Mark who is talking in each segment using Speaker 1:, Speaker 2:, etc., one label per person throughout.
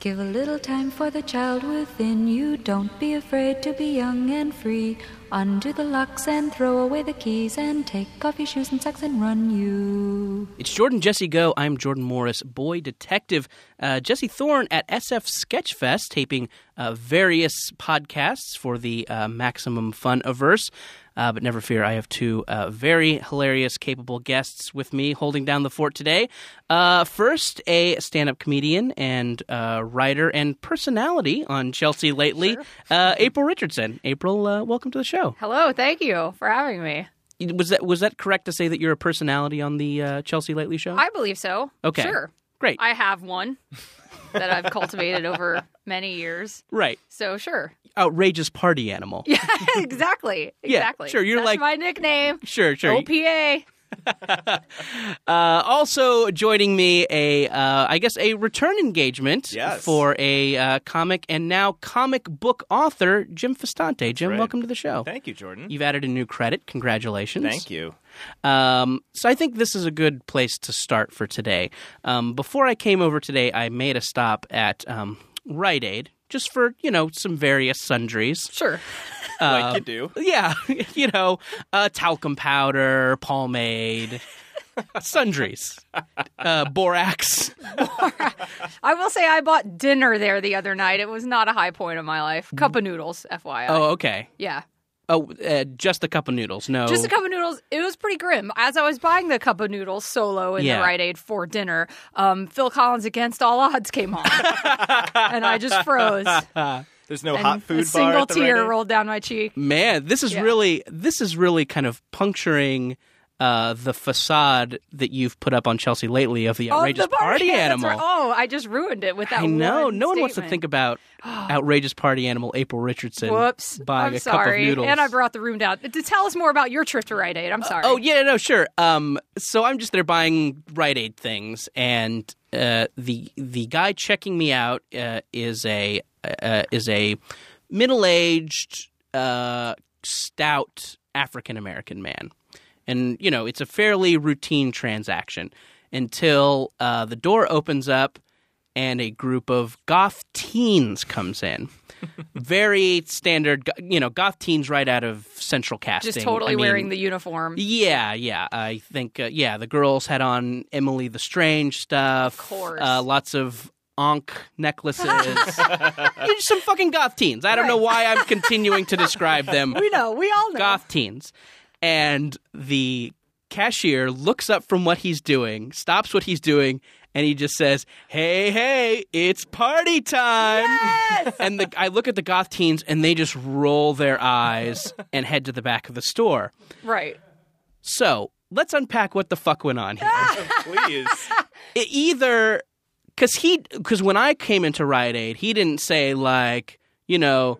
Speaker 1: Give a little time for the child within you. Don't be afraid to be young and free. Undo the locks and throw away the keys and take off your shoes and socks and run you.
Speaker 2: It's Jordan Jesse Go. I'm Jordan Morris, boy detective. Uh, Jesse Thorne at SF Sketchfest, taping uh, various podcasts for the uh, Maximum Fun Averse. Uh, but never fear, I have two uh, very hilarious, capable guests with me holding down the fort today. Uh, first, a stand up comedian and uh, writer and personality on Chelsea lately, uh, April Richardson. April, uh, welcome to the show.
Speaker 3: Hello, thank you for having me.
Speaker 2: Was that, was that correct to say that you're a personality on the uh, Chelsea Lately show?
Speaker 3: I believe so.
Speaker 2: Okay.
Speaker 3: Sure.
Speaker 2: Great.
Speaker 3: I have one that I've cultivated over many years.
Speaker 2: right.
Speaker 3: So sure.
Speaker 2: Outrageous party animal.
Speaker 3: Yeah, exactly.
Speaker 2: Yeah,
Speaker 3: Exactly.
Speaker 2: sure, you're
Speaker 3: That's
Speaker 2: like-
Speaker 3: my nickname.
Speaker 2: Sure, sure.
Speaker 3: OPA.
Speaker 2: Uh, also joining me, a uh, I guess a return engagement
Speaker 4: Yes.
Speaker 2: for a uh, comic and now comic book author Jim Festante. Jim,
Speaker 4: right.
Speaker 2: welcome to the show.
Speaker 4: Thank you, Jordan.
Speaker 2: You've added a new credit. Congratulations.
Speaker 4: Thank you.
Speaker 2: Um, so I think this is a good place to start for today. Um, before I came over today, I made a stop at um, Rite Aid just for you know some various sundries.
Speaker 3: Sure. uh,
Speaker 4: like you do.
Speaker 2: Yeah, you know, uh, talcum powder, pomade, sundries, uh, borax.
Speaker 3: I will say I bought dinner there the other night. It was not a high point of my life. Cup of noodles,
Speaker 2: Mm.
Speaker 3: FYI.
Speaker 2: Oh, okay.
Speaker 3: Yeah.
Speaker 2: Oh, uh, just a cup of noodles. No,
Speaker 3: Just a cup of noodles. It was pretty grim. As I was buying the cup of noodles solo in
Speaker 2: Yeah.
Speaker 3: the Rite Aid for dinner, um, Phil Collins' Against All Odds came on. and I just froze.
Speaker 4: There's no
Speaker 3: and
Speaker 4: hot
Speaker 3: a
Speaker 4: food
Speaker 3: single
Speaker 4: bar at the
Speaker 3: tear
Speaker 4: Rite Aid?
Speaker 3: rolled down my cheek.
Speaker 2: Man, this is
Speaker 3: Yeah.
Speaker 2: really this is really kind of puncturing uh, the facade that you've put up on Chelsea lately of the
Speaker 3: Of
Speaker 2: outrageous
Speaker 3: Oh, the party, that's
Speaker 2: animal.
Speaker 3: right. Oh, I just ruined it with that.
Speaker 2: I know.
Speaker 3: one
Speaker 2: no one wants to
Speaker 3: statement.
Speaker 2: think about outrageous party animal April Richardson
Speaker 3: Whoops!
Speaker 2: buying
Speaker 3: I'm
Speaker 2: a cup
Speaker 3: sorry,
Speaker 2: of noodles.
Speaker 3: and I brought the room down. To tell us more about your trip to Rite Aid. I'm sorry.
Speaker 2: Oh yeah, no, sure. Um, so I'm just there buying Rite Aid things, and uh, the the guy checking me out uh, is a uh, is a middle aged, uh, stout African American man, and you know it's a fairly routine transaction until uh, the door opens up and a group of goth teens comes in. Very standard, go- you know, goth teens right out of Central Casting.
Speaker 3: just totally
Speaker 2: I mean,
Speaker 3: wearing the uniform.
Speaker 2: yeah, yeah. I think uh, yeah, the girls had on Emily the Strange stuff. Of
Speaker 3: course.
Speaker 2: uh, lots of onk necklaces. You're just some fucking goth teens. I don't know why I'm continuing to describe them.
Speaker 3: we know. We all know.
Speaker 2: Goth teens, and the cashier looks up from what he's doing, stops what he's doing, and he just says, "Hey, hey, it's party time!" And the, I look at the goth teens, and they just roll their eyes and head to the back of the store.
Speaker 3: Right.
Speaker 2: So let's unpack what the fuck went on here.
Speaker 4: Ah! Please.
Speaker 2: It either because he because when I came into Rite Aid, he didn't say like you know.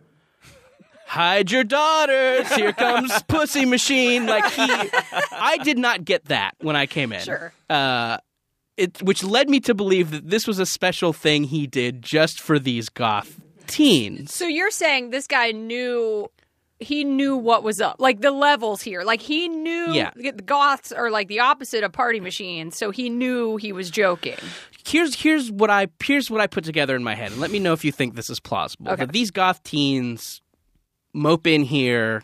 Speaker 2: Hide your daughters. Here comes Pussy Machine. Like he, I did not get that when I came in.
Speaker 3: Sure.
Speaker 2: Uh, it, which led me to believe that this was a special thing he did just for these goth teens.
Speaker 3: So you're saying this guy knew he knew what was up. Like the levels here. Like he knew
Speaker 2: Yeah.
Speaker 3: the goths are like the opposite of party machines, so he knew he was joking.
Speaker 2: here's here's what I here's what I put together in my head, and let me know if you think this is plausible.
Speaker 3: Okay.
Speaker 2: That these goth teens mope in here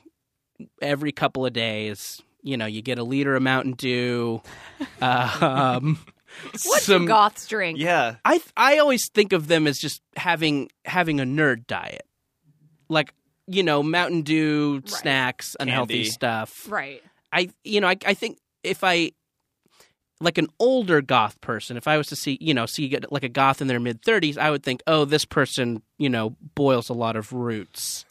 Speaker 2: every couple of days. You know, you get a liter of Mountain Dew. Um,
Speaker 3: What
Speaker 2: some
Speaker 3: do goths drink?
Speaker 4: Yeah.
Speaker 2: I I always think of them as just having having a nerd diet, like you know, Mountain Dew snacks, unhealthy
Speaker 4: Candy.
Speaker 2: stuff.
Speaker 3: Right.
Speaker 2: I you know I I think if I like an older goth person, if I was to see you know see like a goth in their mid thirties, I would think, oh, this person you know boils a lot of roots,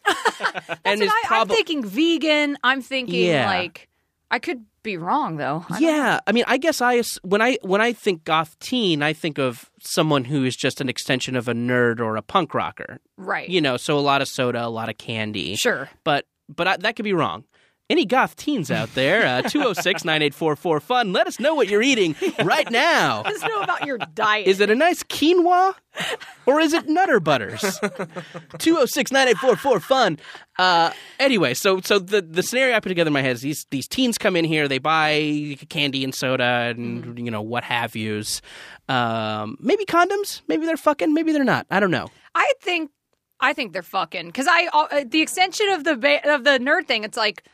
Speaker 2: and is
Speaker 3: I, I'm
Speaker 2: probably
Speaker 3: thinking vegan. I'm thinking
Speaker 2: Yeah.
Speaker 3: like I could be wrong though. I don't-
Speaker 2: yeah. I mean, I guess I ass- when I when I think goth teen, I think of someone who is just an extension of a nerd or a punk rocker,
Speaker 3: Right.
Speaker 2: you know. So a lot of soda, a lot of candy,
Speaker 3: Sure.
Speaker 2: but but I, that could be wrong. Any goth teens out there, uh, 206 9844 fun, let us know what you're eating right now.
Speaker 3: Just know about your diet.
Speaker 2: Is it a nice quinoa? Or is it Nutter Butters? 206 9844 fun. Uh, anyway, so so the, the scenario I put together in my head is these, these teens come in here, they buy candy and soda and, you know, what have yous. Um, maybe condoms. Maybe they're fucking. Maybe they're not. I don't know.
Speaker 3: I think I think they're fucking because I uh, the extension of the ba- of the nerd thing. It's like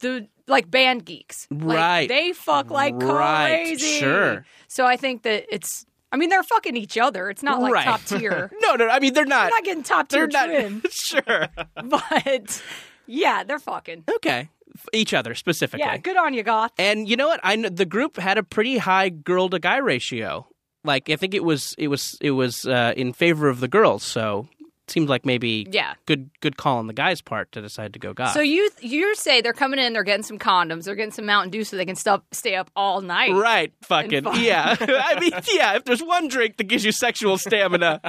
Speaker 3: the like band geeks, Like,
Speaker 2: Right.
Speaker 3: they fuck like
Speaker 2: Right.
Speaker 3: crazy.
Speaker 2: Sure.
Speaker 3: So I think that it's. I mean, they're fucking each other. It's not like
Speaker 2: Right.
Speaker 3: top tier.
Speaker 2: No, no, I mean, they're not.
Speaker 3: They're not getting top tier twin,
Speaker 2: sure.
Speaker 3: but yeah, they're fucking.
Speaker 2: Okay. F- Each other specifically.
Speaker 3: Yeah, good on you, goth.
Speaker 2: And you know what? I kn- the group had a pretty high girl to guy ratio. Like I think it was it was it was uh, in favor of the girls, so it seemed like maybe
Speaker 3: Yeah.
Speaker 2: good good call on the guys' part to decide to go guy.
Speaker 3: So you you say they're coming in, they're getting some condoms, they're getting some Mountain Dew, so they can stop, stay up all night.
Speaker 2: right, fucking
Speaker 3: fuck.
Speaker 2: yeah. I mean, yeah. If there's one drink that gives you sexual stamina,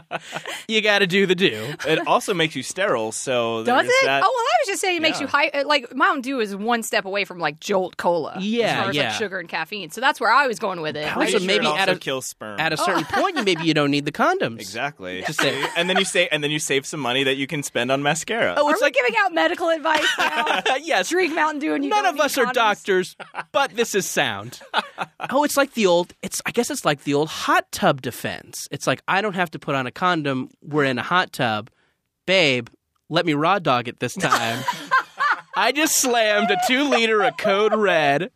Speaker 2: you got to do the do.
Speaker 4: It also makes you sterile,
Speaker 3: Does
Speaker 4: so there's
Speaker 3: it?
Speaker 4: That,
Speaker 3: oh well, I was just saying it makes
Speaker 4: Yeah.
Speaker 3: you high. Like Mountain Dew is one step away from like Jolt Cola. as
Speaker 2: Yeah,
Speaker 3: far as,
Speaker 2: yeah.
Speaker 3: like, sugar and caffeine. So that's where I was going with it.
Speaker 2: How
Speaker 4: Are
Speaker 3: Like,
Speaker 2: so
Speaker 4: you sure
Speaker 2: maybe
Speaker 4: it also
Speaker 2: at a-
Speaker 4: kills sperm.
Speaker 3: Oh.
Speaker 2: At a certain point, you maybe you don't need the condoms.
Speaker 4: exactly.
Speaker 2: Just say-
Speaker 4: and then you say, and then you save some money that you can spend on mascara.
Speaker 2: Oh,
Speaker 3: are
Speaker 2: it's
Speaker 3: we
Speaker 2: like
Speaker 3: giving out medical advice now?
Speaker 2: yes.
Speaker 3: Drink Mountain Dew and you
Speaker 2: None
Speaker 3: don't
Speaker 2: of
Speaker 3: need
Speaker 2: us are
Speaker 3: condoms?
Speaker 2: doctors, but this is sound. oh, it's like the old it's I guess it's like the old hot tub defense. It's like I don't have to put on a condom, we're in a hot tub. Babe, let me raw dog it this time. I just slammed a two liter of code red.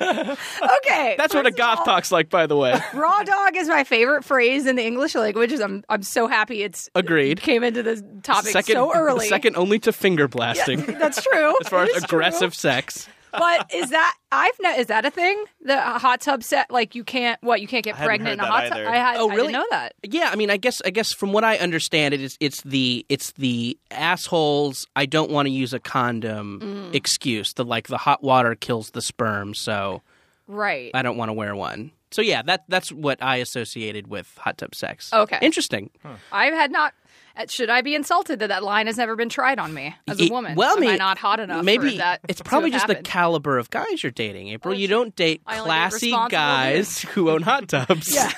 Speaker 3: Okay,
Speaker 2: That's what a
Speaker 3: first of
Speaker 2: goth
Speaker 3: all,
Speaker 2: talks like, by the way.
Speaker 3: Raw dog is my favorite phrase in the English language. is I'm I'm so happy it's
Speaker 2: Agreed.
Speaker 3: came into this topic
Speaker 2: Second,
Speaker 3: so early.
Speaker 2: second only to finger blasting
Speaker 3: That's true.
Speaker 2: as far as aggressive sex.
Speaker 3: but is that I've no, is that a thing? The hot tub set, like you can't what you can't get
Speaker 4: hadn't
Speaker 3: pregnant in a
Speaker 4: heard
Speaker 3: hot
Speaker 4: that
Speaker 3: tub.
Speaker 4: either.
Speaker 3: I had,
Speaker 2: Oh,
Speaker 3: I
Speaker 2: really?
Speaker 3: didn't know that.
Speaker 2: Yeah, I mean, I guess I guess from what I understand, it is it's the it's the assholes. I don't want to use a condom
Speaker 3: Mm.
Speaker 2: excuse. The like the hot water kills the sperm, so
Speaker 3: Right.
Speaker 2: I don't want to wear one. So yeah, that that's what I associated with hot tub sex.
Speaker 3: Okay.
Speaker 2: interesting.
Speaker 3: I had not. uh, Should I be insulted that that line has never been tried on me as a
Speaker 2: Ye-
Speaker 3: woman?
Speaker 2: well, I
Speaker 3: Am
Speaker 2: mean,
Speaker 3: I not hot enough?
Speaker 2: Maybe
Speaker 3: for that
Speaker 2: it's
Speaker 3: to
Speaker 2: probably
Speaker 3: have
Speaker 2: just
Speaker 3: happened?
Speaker 2: the caliber of guys you're dating, April. you don't date
Speaker 3: I only date
Speaker 2: classy
Speaker 3: responsible
Speaker 2: guys who own hot tubs.
Speaker 3: Yeah.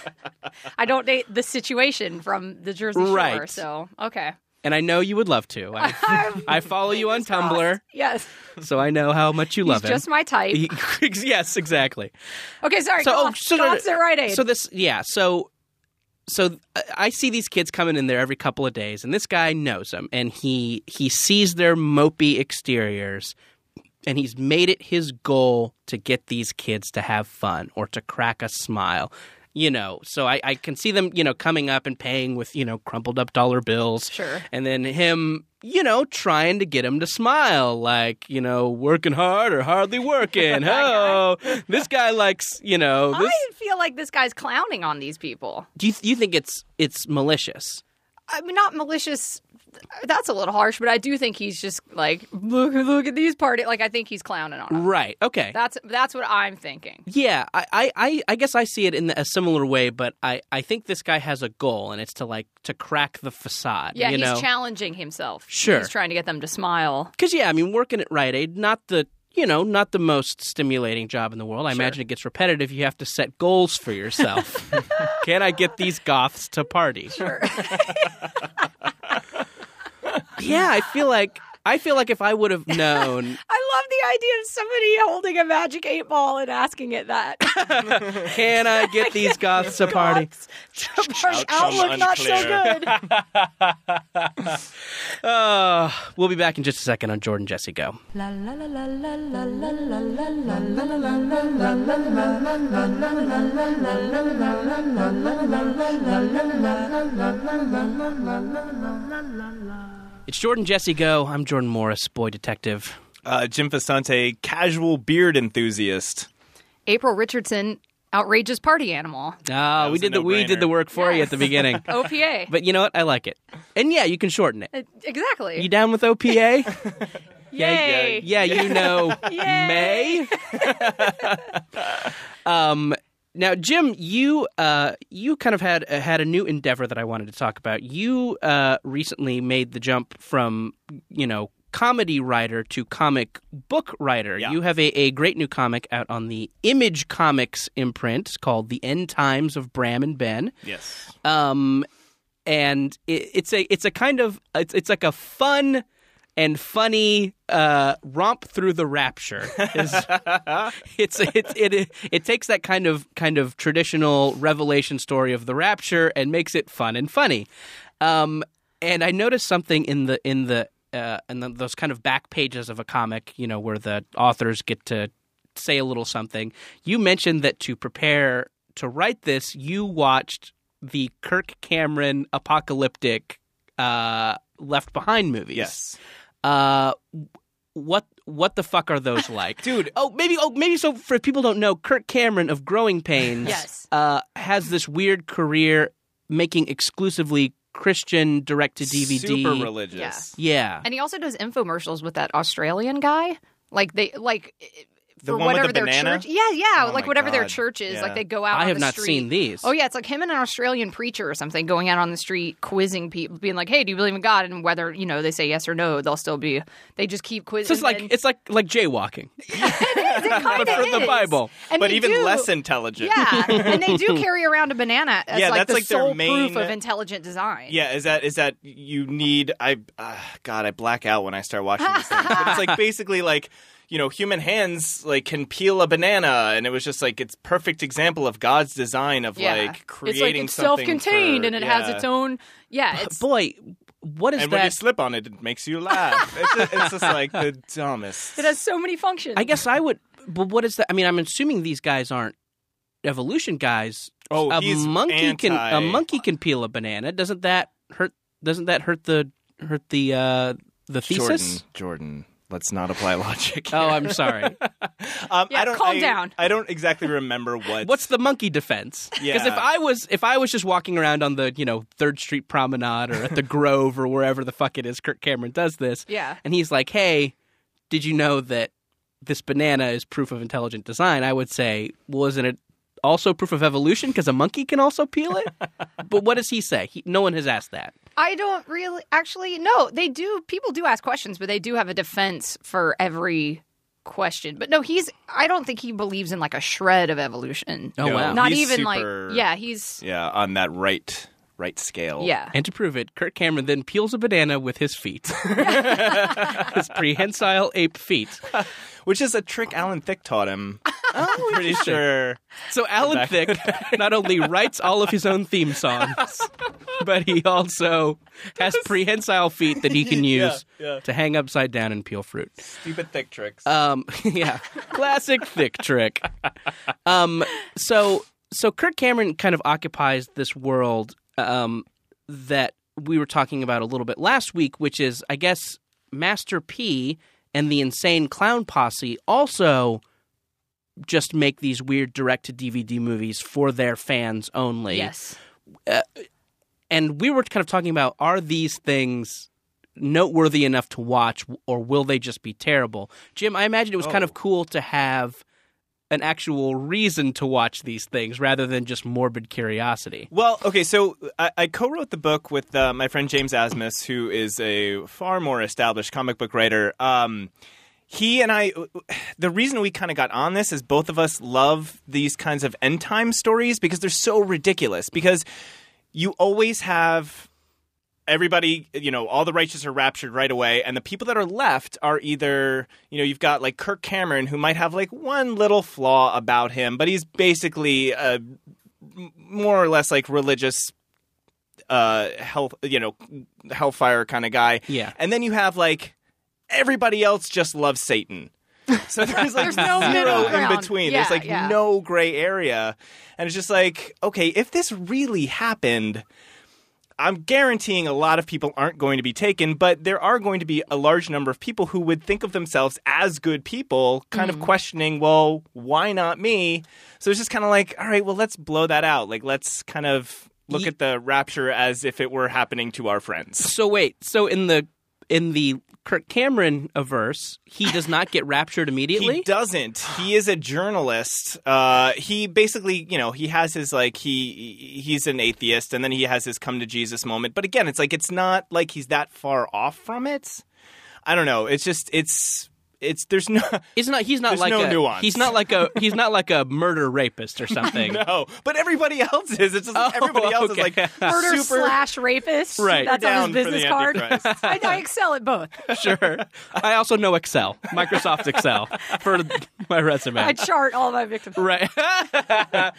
Speaker 3: I don't date the situation from the Jersey Shore.
Speaker 2: Right.
Speaker 3: So okay.
Speaker 2: and I know you would love to. I, I follow you on Tumblr,
Speaker 3: Yes,
Speaker 2: so I know how much you
Speaker 3: he's
Speaker 2: love him.
Speaker 3: just my type.
Speaker 2: yes, exactly.
Speaker 3: Okay, sorry.
Speaker 2: so, oh,
Speaker 3: goth,
Speaker 2: so-
Speaker 3: goths at Rite Aid.
Speaker 2: So this, yeah. So, so I- I see these kids coming in there every couple of days, and this guy knows them, and he he sees their mopey exteriors, and he's made it his goal to get these kids to have fun or to crack a smile. You know, so I, I can see them, you know, coming up and paying with, you know, crumpled up dollar bills.
Speaker 3: Sure.
Speaker 2: And then him, you know, trying to get him to smile, like, you know, working hard or hardly working. oh, this guy likes, you know, this,
Speaker 3: I feel like this guy's clowning on these people.
Speaker 2: do you, you think it's it's malicious?
Speaker 3: I mean, not malicious. That's a little harsh, but I do think he's just like, look, look at these party. Like, I think he's clowning on. 'em.
Speaker 2: Right. Okay.
Speaker 3: That's that's what I'm thinking.
Speaker 2: yeah. I, I, I, I guess I see it in a similar way, but I, I think this guy has a goal, and it's to like to crack the facade.
Speaker 3: Yeah,
Speaker 2: you
Speaker 3: he's
Speaker 2: know?
Speaker 3: challenging himself.
Speaker 2: Sure.
Speaker 3: he's trying to get them to smile.
Speaker 2: Because yeah, I mean, working at Rite Aid, not the you know not the most stimulating job in the world. I imagine it gets repetitive. You have to set goals for yourself. Can I get these goths to party? Sure. yeah, I feel like I feel like if I would have known
Speaker 3: I love the idea of somebody holding a magic eight ball and asking it that.
Speaker 2: Can I get these goths to party?
Speaker 4: Outcome
Speaker 3: Outlook not so
Speaker 4: unclear.
Speaker 3: good.
Speaker 2: Uh, we'll be back in just a second on Jordan Jesse Go.
Speaker 1: La la la la la la la la la la.
Speaker 2: It's Jordan Jesse Go. I'm Jordan Morris, boy detective.
Speaker 4: Uh, Jim Fasante, casual beard enthusiast.
Speaker 3: April Richardson, outrageous party animal.
Speaker 2: Ah, we
Speaker 4: was a
Speaker 2: did the we did
Speaker 4: no-brainer.
Speaker 2: the work for you at the beginning.
Speaker 3: OPA.
Speaker 2: But you know what? I like it. And yeah, you can shorten it.
Speaker 3: Uh, exactly.
Speaker 2: You down with OPA?
Speaker 3: Yay.
Speaker 2: yeah, you know May. um now Jim, you uh you kind of had uh, had a new endeavor that I wanted to talk about. You uh recently made the jump from, you know, comedy writer to comic book writer.
Speaker 4: Yeah.
Speaker 2: You have a, a great new comic out on the Image
Speaker 3: Uh,
Speaker 2: Comics imprint called The End Times of Bram and Ben.
Speaker 4: Yes.
Speaker 2: Um, and it, it's a it's a kind of it's it's like a fun and funny uh, romp through the rapture. Is, it's it, it it takes that kind of kind of traditional revelation story of the rapture and makes it fun and funny. Um, and I noticed something in the in the uh, in the, those kind of back pages of a comic, you know, where the authors get to say a little something. You mentioned that to prepare to write this, you watched the Kirk Cameron apocalyptic uh, Left Behind movies.
Speaker 4: Yes.
Speaker 2: Uh, what what the fuck are those like, dude? Oh, maybe. Oh, maybe. So for if people don't know, Kirk Cameron of Growing Pains,
Speaker 3: Yes.
Speaker 2: uh, has this weird career making exclusively Christian direct to DVD.
Speaker 4: Super religious.
Speaker 2: yeah,
Speaker 3: And he also does infomercials with that Australian guy. Like they like
Speaker 4: The
Speaker 3: for
Speaker 4: one with
Speaker 3: whatever
Speaker 4: the
Speaker 3: their
Speaker 4: banana?
Speaker 3: church. Yeah, yeah,
Speaker 4: Oh
Speaker 3: like
Speaker 4: my
Speaker 3: whatever their
Speaker 4: God.
Speaker 3: church is.
Speaker 4: Yeah.
Speaker 3: Like they go out.
Speaker 2: I
Speaker 3: on
Speaker 2: have
Speaker 3: the
Speaker 2: not
Speaker 3: street.
Speaker 2: seen these.
Speaker 3: Oh yeah, it's like him and an Australian preacher or something going out on the street quizzing people, being like, "Hey, do you believe in God?" And whether you know they say yes or no, they'll still be. They just keep
Speaker 2: So
Speaker 3: quizzing.
Speaker 2: it's like
Speaker 3: and-
Speaker 2: it's like like jaywalking,
Speaker 3: it kinda
Speaker 2: but for the
Speaker 3: is.
Speaker 2: Bible.
Speaker 3: And
Speaker 4: But
Speaker 3: they
Speaker 4: even
Speaker 3: do-
Speaker 4: less intelligent.
Speaker 3: Yeah, and they do carry around a banana as
Speaker 4: Yeah,
Speaker 3: like
Speaker 4: that's
Speaker 3: the
Speaker 4: like their
Speaker 3: sole
Speaker 4: main-
Speaker 3: proof of intelligent design.
Speaker 4: Yeah, is that is that you need? I uh, God, I black out when I start watching these things. But it's like basically like you know, human hands like can peel a banana, and it was just like it's perfect example of God's design of
Speaker 3: Yeah.
Speaker 4: like
Speaker 3: it's like
Speaker 4: creating
Speaker 3: it's
Speaker 4: something
Speaker 3: self-contained
Speaker 4: for-
Speaker 3: and it has
Speaker 4: yeah.
Speaker 3: its own. Yeah, it's
Speaker 2: boy. What is
Speaker 4: And when you
Speaker 2: that?
Speaker 4: slip on it, it makes you laugh. it's, just, it's just like the dumbest.
Speaker 3: it has so many functions.
Speaker 2: I guess I would. But what is that? I mean, I'm assuming these guys aren't evolution guys.
Speaker 4: Oh,
Speaker 2: a
Speaker 4: he's
Speaker 2: monkey can a
Speaker 4: anti-
Speaker 2: monkey can peel a banana. Doesn't that hurt? Doesn't that hurt the hurt the uh, the thesis?
Speaker 4: Jordan, Jordan, let's not apply logic.
Speaker 2: Oh, I'm sorry.
Speaker 4: Um,
Speaker 3: Yeah,
Speaker 4: I don't,
Speaker 3: calm
Speaker 4: I-
Speaker 3: down.
Speaker 4: I don't exactly remember what.
Speaker 2: What's the monkey defense? Because if
Speaker 4: Yeah.
Speaker 2: I was if I was just walking around on the you know Third Street Promenade or at the Grove or wherever the fuck it is, Kirk Cameron does this.
Speaker 3: Yeah.
Speaker 2: and he's like, "Hey, did you know that this banana is proof of intelligent design?" I would say, "Well, isn't it also proof of evolution? Because a monkey can also peel it." but what does he say? He, no one has asked that.
Speaker 3: I don't really actually no, they do people do ask questions, but they do have a defense for every question. But no, he's I don't think he believes in like a shred of evolution.
Speaker 2: Oh
Speaker 4: No.
Speaker 2: wow!
Speaker 3: Not
Speaker 4: He's
Speaker 3: even
Speaker 4: super-
Speaker 3: like yeah, he's
Speaker 4: Yeah, on that right, right scale.
Speaker 3: yeah.
Speaker 2: And to prove it, Kirk Cameron then peels a banana with his feet, his prehensile ape feet.
Speaker 4: which is a trick Alan Thick taught him. I'm pretty sure.
Speaker 2: So Alan Thicke not only writes all of his own theme songs, but he also has prehensile feet that he can use
Speaker 4: Yeah, yeah.
Speaker 2: to hang upside down and peel fruit.
Speaker 4: Stupid Thick tricks.
Speaker 2: Um, yeah, classic thick trick. Um, so so Kirk Cameron kind of occupies this world um, that we were talking about a little bit last week, which is I guess Master P and the Insane Clown Posse also just make these weird direct to DVD movies for their fans only.
Speaker 3: Yes.
Speaker 2: And we were kind of talking about are these things noteworthy enough to watch or will they just be terrible? Jim, I imagine it was kind
Speaker 4: Oh.
Speaker 2: of cool to have an actual reason to watch these things rather than just morbid curiosity.
Speaker 4: well, okay, so I, I co-wrote the book with uh, my friend James Asmus, who is a far more established comic book writer. Um, he and I, the reason we kind of got on this is both of us love these kinds of end time stories because they're so ridiculous. Because you always have everybody, you know, all the righteous are raptured right away, and the people that are left are either, you know, you've got like Kirk Cameron, who might have like one little flaw about him, but he's basically a m- more or less like religious. Uh, hell, you know, hellfire kind of guy.
Speaker 2: Yeah.
Speaker 4: and then you have like everybody else just loves Satan. So there's like
Speaker 3: There's no middle
Speaker 4: zero in
Speaker 3: ground.
Speaker 4: between.
Speaker 3: Yeah,
Speaker 4: there's like
Speaker 3: yeah.
Speaker 4: no gray area, and it's just like, okay, if this really happened, I'm guaranteeing a lot of people aren't going to be taken, but there are going to be a large number of people who would think of themselves as good people, kind
Speaker 3: Mm.
Speaker 4: of questioning, well, why not me? So it's just kind of like, all right, well, let's blow that out. Like, let's kind of look
Speaker 2: Ye-
Speaker 4: at the rapture as if it were happening to our friends.
Speaker 2: So wait, so in the in the Kirk Cameron averse, he does not get raptured immediately?
Speaker 4: He doesn't. He is a journalist. Uh, he basically, you know, he has his like he he's an atheist, and then he has his come to Jesus moment. But again, it's like it's not like he's that far off from it. I don't know. It's just it's it's there's no
Speaker 2: It's not. He's not
Speaker 4: There's
Speaker 2: like
Speaker 4: no
Speaker 2: a,
Speaker 4: nuance.
Speaker 2: He's not like a. He's not like a murder rapist or something.
Speaker 4: no, but everybody else is. It's just like
Speaker 2: Oh,
Speaker 4: everybody else
Speaker 2: okay.
Speaker 4: is like
Speaker 2: Murder
Speaker 4: super
Speaker 5: slash rapist.
Speaker 2: Right.
Speaker 5: That's on
Speaker 4: down
Speaker 5: his
Speaker 4: for
Speaker 5: business
Speaker 4: the
Speaker 5: card.
Speaker 4: Antichrist.
Speaker 5: I, I excel at both.
Speaker 2: Sure. I also know Excel, Microsoft Excel, for my resume.
Speaker 5: I chart all my victims.
Speaker 2: Right. and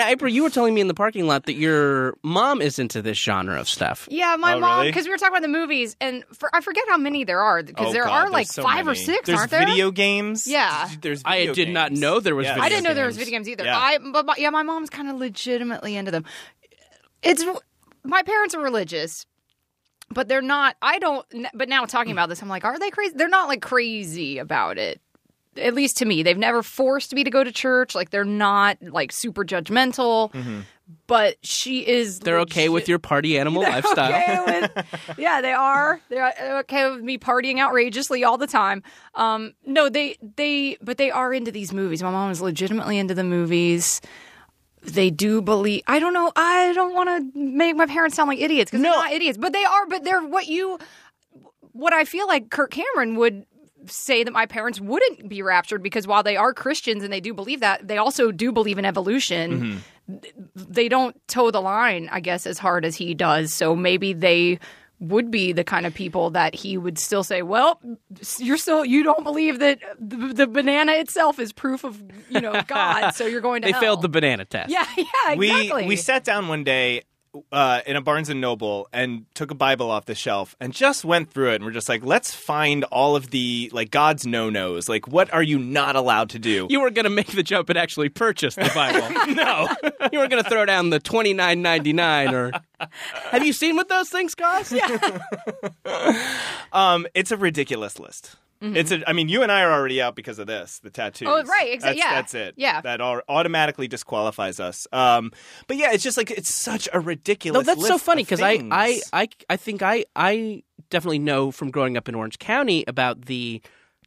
Speaker 2: April, you were telling me in the parking lot that your mom is into this genre of stuff.
Speaker 3: Yeah, my
Speaker 4: Oh,
Speaker 3: mom.
Speaker 4: really?
Speaker 3: Because we were talking about the movies, and for, I forget how many there are because
Speaker 4: Oh,
Speaker 3: there
Speaker 4: God,
Speaker 3: are
Speaker 4: there's
Speaker 3: like
Speaker 4: so
Speaker 3: five or
Speaker 4: many.
Speaker 3: six,
Speaker 4: There's
Speaker 3: aren't there?
Speaker 4: video games.
Speaker 3: Yeah.
Speaker 4: There's
Speaker 2: I
Speaker 4: video
Speaker 2: did not
Speaker 4: games.
Speaker 2: know there was
Speaker 4: Yes.
Speaker 2: video
Speaker 3: I didn't know there
Speaker 2: games.
Speaker 3: was video games either.
Speaker 4: Yeah.
Speaker 3: I but my, yeah, my mom's kind of legitimately into them. It's my parents are religious, but they're not. I don't. But now talking about this, I'm like, are they crazy? They're not like crazy about it. At least to me, they've never forced me to go to church. Like they're not like super judgmental. But she is.
Speaker 2: Mm-hmm. They're okay with your party animal lifestyle.
Speaker 5: Okay with, yeah, they are. They're
Speaker 3: uh, okay with me partying outrageously all the time. Um, no, they they but they are into these movies. My mom is legitimately into the movies. They do believe. I don't know. I don't want to make my parents sound like idiots because they're not idiots, but they are. But they're what you, what I feel like Kirk Cameron would say that my parents wouldn't be raptured because while they are Christians and they do believe that, they also do believe in evolution
Speaker 2: Mm-hmm.
Speaker 3: they don't toe the line, I guess, as hard as he does. So maybe they would be the kind of people that he would still say, "Well, you're still you don't believe that the, the banana itself is proof of you know God, so you're going to
Speaker 2: They
Speaker 3: hell."
Speaker 2: failed the banana test.
Speaker 3: yeah yeah exactly
Speaker 4: We we sat down one day uh, in a Barnes and Noble and took a Bible off the shelf and just went through it and we're just like, let's find all of the like God's no nos. Like, what are you not allowed to do?
Speaker 2: You were going to make the jump and actually purchase the Bible. no. You were going to throw down the twenty nine ninety nine or. Have you seen what those things cost? Yeah.
Speaker 4: um, it's a ridiculous list.
Speaker 2: Mm-hmm.
Speaker 4: It's a. I mean, you and I are already out because of this. The tattoos.
Speaker 3: Oh, right, exa-
Speaker 4: That's,
Speaker 3: yeah,
Speaker 4: That's it.
Speaker 3: yeah.
Speaker 4: That au- automatically disqualifies us. Um, but yeah, it's just like it's such a
Speaker 2: No,
Speaker 4: ridiculous.
Speaker 2: that's so
Speaker 4: list
Speaker 2: funny
Speaker 4: of
Speaker 2: because I,
Speaker 4: things.
Speaker 2: I, I, I think I, I definitely know from growing up in Orange County about the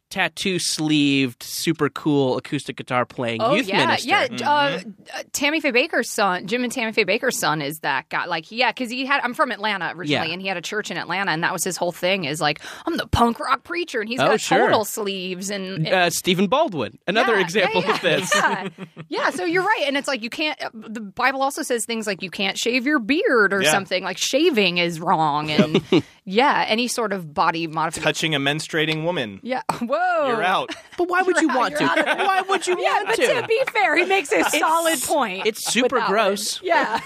Speaker 2: tattoo sleeved, super cool acoustic guitar playing
Speaker 3: Oh
Speaker 2: youth
Speaker 3: yeah,
Speaker 2: minister. Mm-hmm.
Speaker 3: yeah. Uh, uh, Tammy Faye Baker's son, Jim and Tammy Faye Baker's son, is that guy? Like, yeah, because he had. I'm from Atlanta originally,
Speaker 2: Yeah.
Speaker 3: and he had a church in Atlanta, and that was his whole thing. Is like, I'm the punk rock preacher, and he's
Speaker 2: Oh,
Speaker 3: got
Speaker 2: sure.
Speaker 3: total sleeves and, and
Speaker 2: uh, Stephen Baldwin, another
Speaker 3: Yeah,
Speaker 2: example
Speaker 3: yeah, yeah,
Speaker 2: of this.
Speaker 3: Yeah. Yeah, so you're right. And it's like you can't, uh, the Bible also says things like you can't shave your beard or
Speaker 4: Yeah.
Speaker 3: something. Like shaving is wrong. And yeah, any sort of body modification.
Speaker 4: touching a menstruating woman.
Speaker 3: Yeah. Whoa.
Speaker 4: You're out.
Speaker 2: But why would you
Speaker 5: out-
Speaker 2: want to?
Speaker 5: you're out of
Speaker 2: Why would you
Speaker 5: Yeah,
Speaker 2: want
Speaker 5: but
Speaker 2: to?
Speaker 5: to be fair, he makes a solid point.
Speaker 2: it's super gross.
Speaker 5: yeah.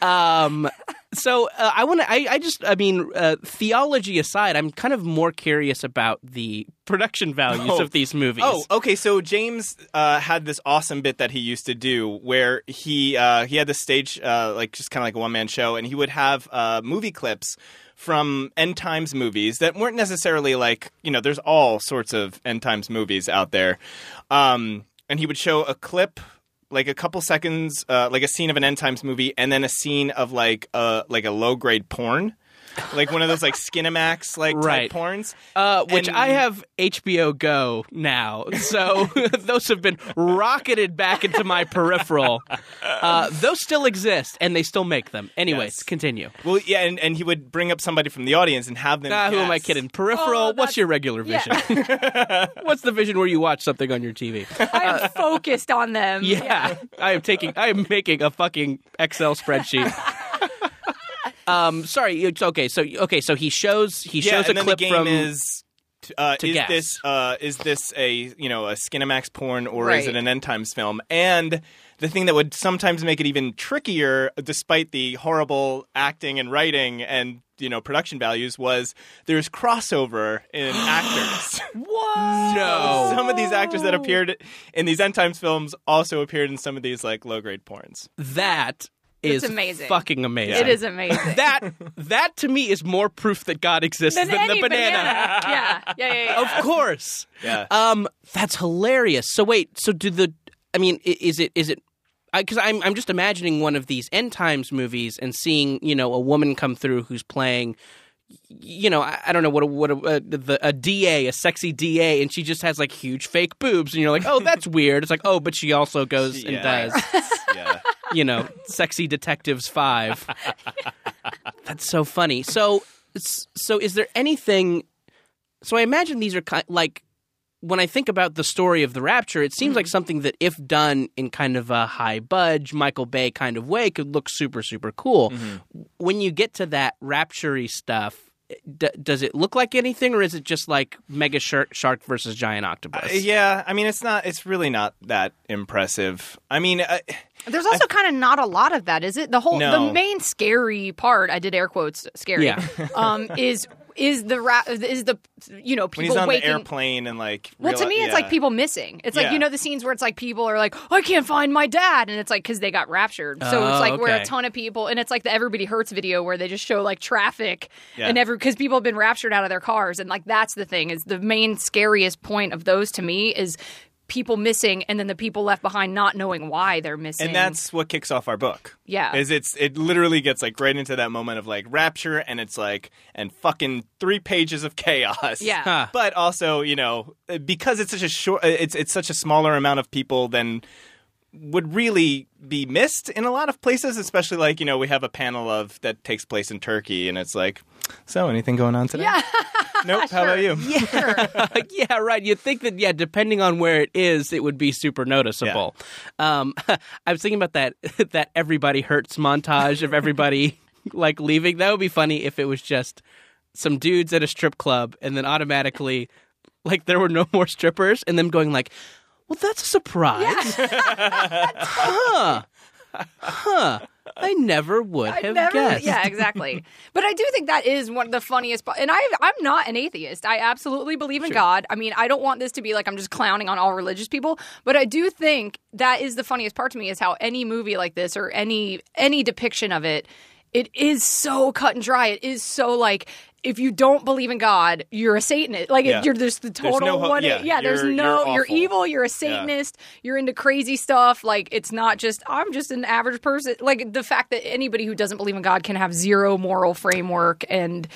Speaker 2: Um, so uh, I want to. I, I just. I mean, uh, theology aside, I'm kind of more curious about the production values
Speaker 4: Oh.
Speaker 2: of these movies.
Speaker 4: Oh, okay. So James uh, had this awesome bit that he used to do where he uh, he had this stage uh, like just kind of like a one man show, and he would have uh, movie clips from end times movies that weren't necessarily like you know there's all sorts of end times movies out there, um, and he would show a clip. Like a couple seconds, uh, like a scene of an end times movie, and then a scene of like a like a low grade porn, like one of those like Skinamax like
Speaker 2: Right.
Speaker 4: type porns.
Speaker 2: Uh, which
Speaker 4: And-
Speaker 2: I have HBO Go now, so those have been rocketed back into my peripheral. Uh, those still exist, and they still make them. Anyways,
Speaker 4: Yes.
Speaker 2: continue.
Speaker 4: Well, yeah, and, and he would bring up somebody from the audience and have them.
Speaker 2: Ah, who am I
Speaker 4: guess.
Speaker 2: kidding? Peripheral.
Speaker 5: Oh,
Speaker 2: what's
Speaker 5: that's-
Speaker 2: your regular vision? what's the vision where you watch something on your TV?
Speaker 5: I am focused on them.
Speaker 2: Yeah, I am taking. I am making a fucking Excel spreadsheet. um, sorry. It's okay. So okay. So he shows. He
Speaker 4: Yeah,
Speaker 2: shows
Speaker 4: and
Speaker 2: a
Speaker 4: then
Speaker 2: clip
Speaker 4: the game
Speaker 2: from.
Speaker 4: is. Uh,
Speaker 2: to
Speaker 4: is
Speaker 2: guess.
Speaker 4: this uh, is this a you know a Skinamax porn or is
Speaker 3: Right.
Speaker 4: it an end times film? And the thing that would sometimes make it even trickier, despite the horrible acting and writing and you know production values, was there's crossover in actors.
Speaker 2: Whoa! No.
Speaker 4: Some of these actors that appeared in these end times films also appeared in some of these like low grade porns.
Speaker 2: That is
Speaker 3: amazing.
Speaker 2: Fucking amazing.
Speaker 3: It is amazing.
Speaker 2: That that to me is more proof that God exists than,
Speaker 5: Than
Speaker 2: the
Speaker 5: any
Speaker 2: banana.
Speaker 5: banana.
Speaker 3: yeah. Yeah. Yeah. yeah.
Speaker 2: of course.
Speaker 4: Yeah.
Speaker 2: Um, that's hilarious. So wait, so do the? I mean, i- is it is it? Because I'm I'm just imagining one of these end times movies and seeing you know a woman come through who's playing. y- You know, I, I don't know what a, what a, a, the, a DA, a sexy DA, and she just has like huge fake boobs, and you're like, oh, that's weird. It's like, oh, but she also goes and
Speaker 4: Yeah.
Speaker 2: does,
Speaker 4: yeah.
Speaker 2: you know, sexy detectives five. that's so funny. So, s- so is there anything? So I imagine these are kind like when I think about the story of the Rapture, it seems like something that, if done in kind of a high budge Michael Bay kind of way, could look super super cool. When you get to that Rapture-y stuff. eh, D- does it look like anything, or is it just like mega shark, shark versus giant octopus?
Speaker 4: Uh, Yeah, I mean, it's not. It's really not that impressive. I mean, uh, I,
Speaker 3: There's also kind of not a lot of that, is it? The whole
Speaker 4: No.
Speaker 3: the main scary part, I did air quotes scary.
Speaker 2: Yeah.
Speaker 3: um is is the ra- is the you know people
Speaker 4: when he's on
Speaker 3: waking
Speaker 4: the airplane and like.
Speaker 3: Well, to
Speaker 4: reali-
Speaker 3: me, it's
Speaker 4: yeah.
Speaker 3: like people missing. It's like
Speaker 4: Yeah.
Speaker 3: you know the scenes where it's like people are like, "I can't find my dad," and it's like because they got raptured. So
Speaker 2: Oh,
Speaker 3: it's like where
Speaker 2: okay.
Speaker 3: a ton of people, and it's like the Everybody Hurts video where they just show like traffic
Speaker 4: Yeah.
Speaker 3: and every because people have been raptured out of their cars, and like that's the thing is the main scariest point of those to me is people missing and then the people left behind not knowing why they're missing.
Speaker 4: And that's what kicks off our book.
Speaker 3: Yeah.
Speaker 4: Is it's it literally gets like right into that moment of like rapture and it's like and fucking three pages of chaos.
Speaker 3: Yeah.
Speaker 2: Huh.
Speaker 4: But also, you know, because it's such a short it's it's such a smaller amount of people than would really be missed in a lot of places, especially like, you know, we have a panel of that takes place in Turkey and it's like, so anything going on today? Yeah. nope, how about you? Yeah.
Speaker 2: Like, yeah, right. You'd think that, yeah, depending on where it is, it would be super noticeable. Um, I was thinking about that that everybody hurts montage of everybody like leaving. That would be funny if it was just some dudes at a strip club, and then automatically, like, there were no more strippers, and them going like, "Well, that's a surprise." huh? Huh? I never would
Speaker 3: I
Speaker 2: have
Speaker 3: never-
Speaker 2: guessed.
Speaker 3: Yeah, exactly. but I do think that is one of the funniest. po- And I, I'm not an atheist. I absolutely believe in God. I mean, I don't want this to be like I'm just clowning on all religious people. But I do think that is the funniest part to me is how any movie like this or any any depiction of it, it is so cut and dry. It is so like. If you don't believe in God, you're a Satanist. Like
Speaker 4: Yeah.
Speaker 3: you're just the
Speaker 4: There's
Speaker 3: total
Speaker 4: no ho-
Speaker 3: one.
Speaker 4: yeah,
Speaker 3: there's
Speaker 4: you're-
Speaker 3: no.
Speaker 4: you're awful.
Speaker 3: evil. "Oh, You're a Satanist. You're into crazy stuff. Like it's not just I'm just an average person. Like the fact that anybody who doesn't believe in God can have zero moral framework and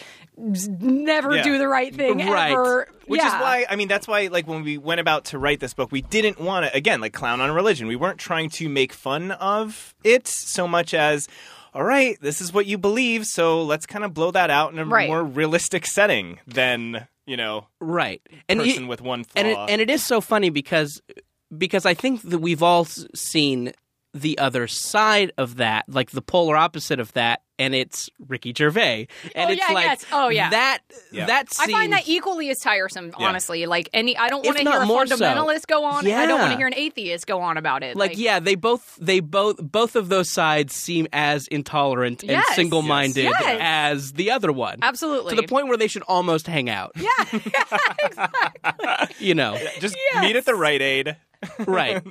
Speaker 3: s- never
Speaker 4: Yeah.
Speaker 3: do the right thing
Speaker 2: Right.
Speaker 3: ever.
Speaker 4: Which
Speaker 3: Yeah.
Speaker 4: is why I mean that's why like when we went about to write this book, we didn't want to again like clown on religion. We weren't trying to make fun of it so much as all right, this is what you believe, so let's kind of blow that out in a
Speaker 3: Right.
Speaker 4: more realistic setting than, you know,
Speaker 2: Right. And it-
Speaker 4: person with one flaw.
Speaker 2: and it, and it is so funny because because I think that we've all s- seen the other side of that, like the polar opposite of that, and it's Ricky Gervais, and
Speaker 3: Oh,
Speaker 2: it's
Speaker 3: yeah,
Speaker 2: like
Speaker 3: yes. Oh, yeah.
Speaker 2: that
Speaker 4: Yeah.
Speaker 2: that
Speaker 3: I
Speaker 2: seems,
Speaker 3: find that equally as tiresome, honestly. Like any, I don't
Speaker 2: If
Speaker 3: want to
Speaker 2: not
Speaker 3: hear a
Speaker 2: more so.
Speaker 3: fundamentalist go on. and I don't
Speaker 2: Yeah.
Speaker 3: want to hear an atheist go on about it.
Speaker 2: like yeah, they both they both both of those sides seem as intolerant and
Speaker 3: Yes.
Speaker 2: single minded
Speaker 3: Yes. Yes.
Speaker 2: as the other one.
Speaker 3: absolutely.
Speaker 2: To the point where they should almost hang out. Yeah, exactly. you know,
Speaker 4: just meet at the right aid.
Speaker 2: right?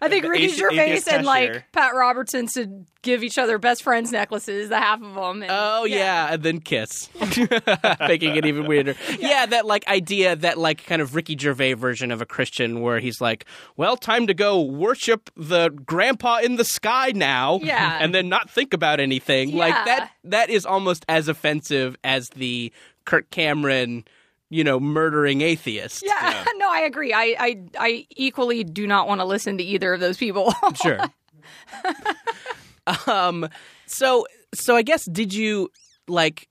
Speaker 3: I think Ricky
Speaker 4: athe-
Speaker 3: Gervais
Speaker 4: atheist
Speaker 3: and
Speaker 4: cashier.
Speaker 3: like Pat Robertson should give each other best friends necklaces, the half of them. And,
Speaker 2: Oh yeah. and then kiss, making it even weirder. Yeah. that like idea, that like kind of Ricky Gervais version of a Christian, where he's like, "Well, time to go worship the grandpa in the sky now,
Speaker 3: Yeah.
Speaker 2: and then not think about anything." Like
Speaker 3: Yeah.
Speaker 2: that. That is almost as offensive as the Kirk Cameron, you know, murdering atheist.
Speaker 3: Yeah, no, I agree. I, I I equally do not want to listen to either of those people.
Speaker 2: Sure. um so so I guess did you like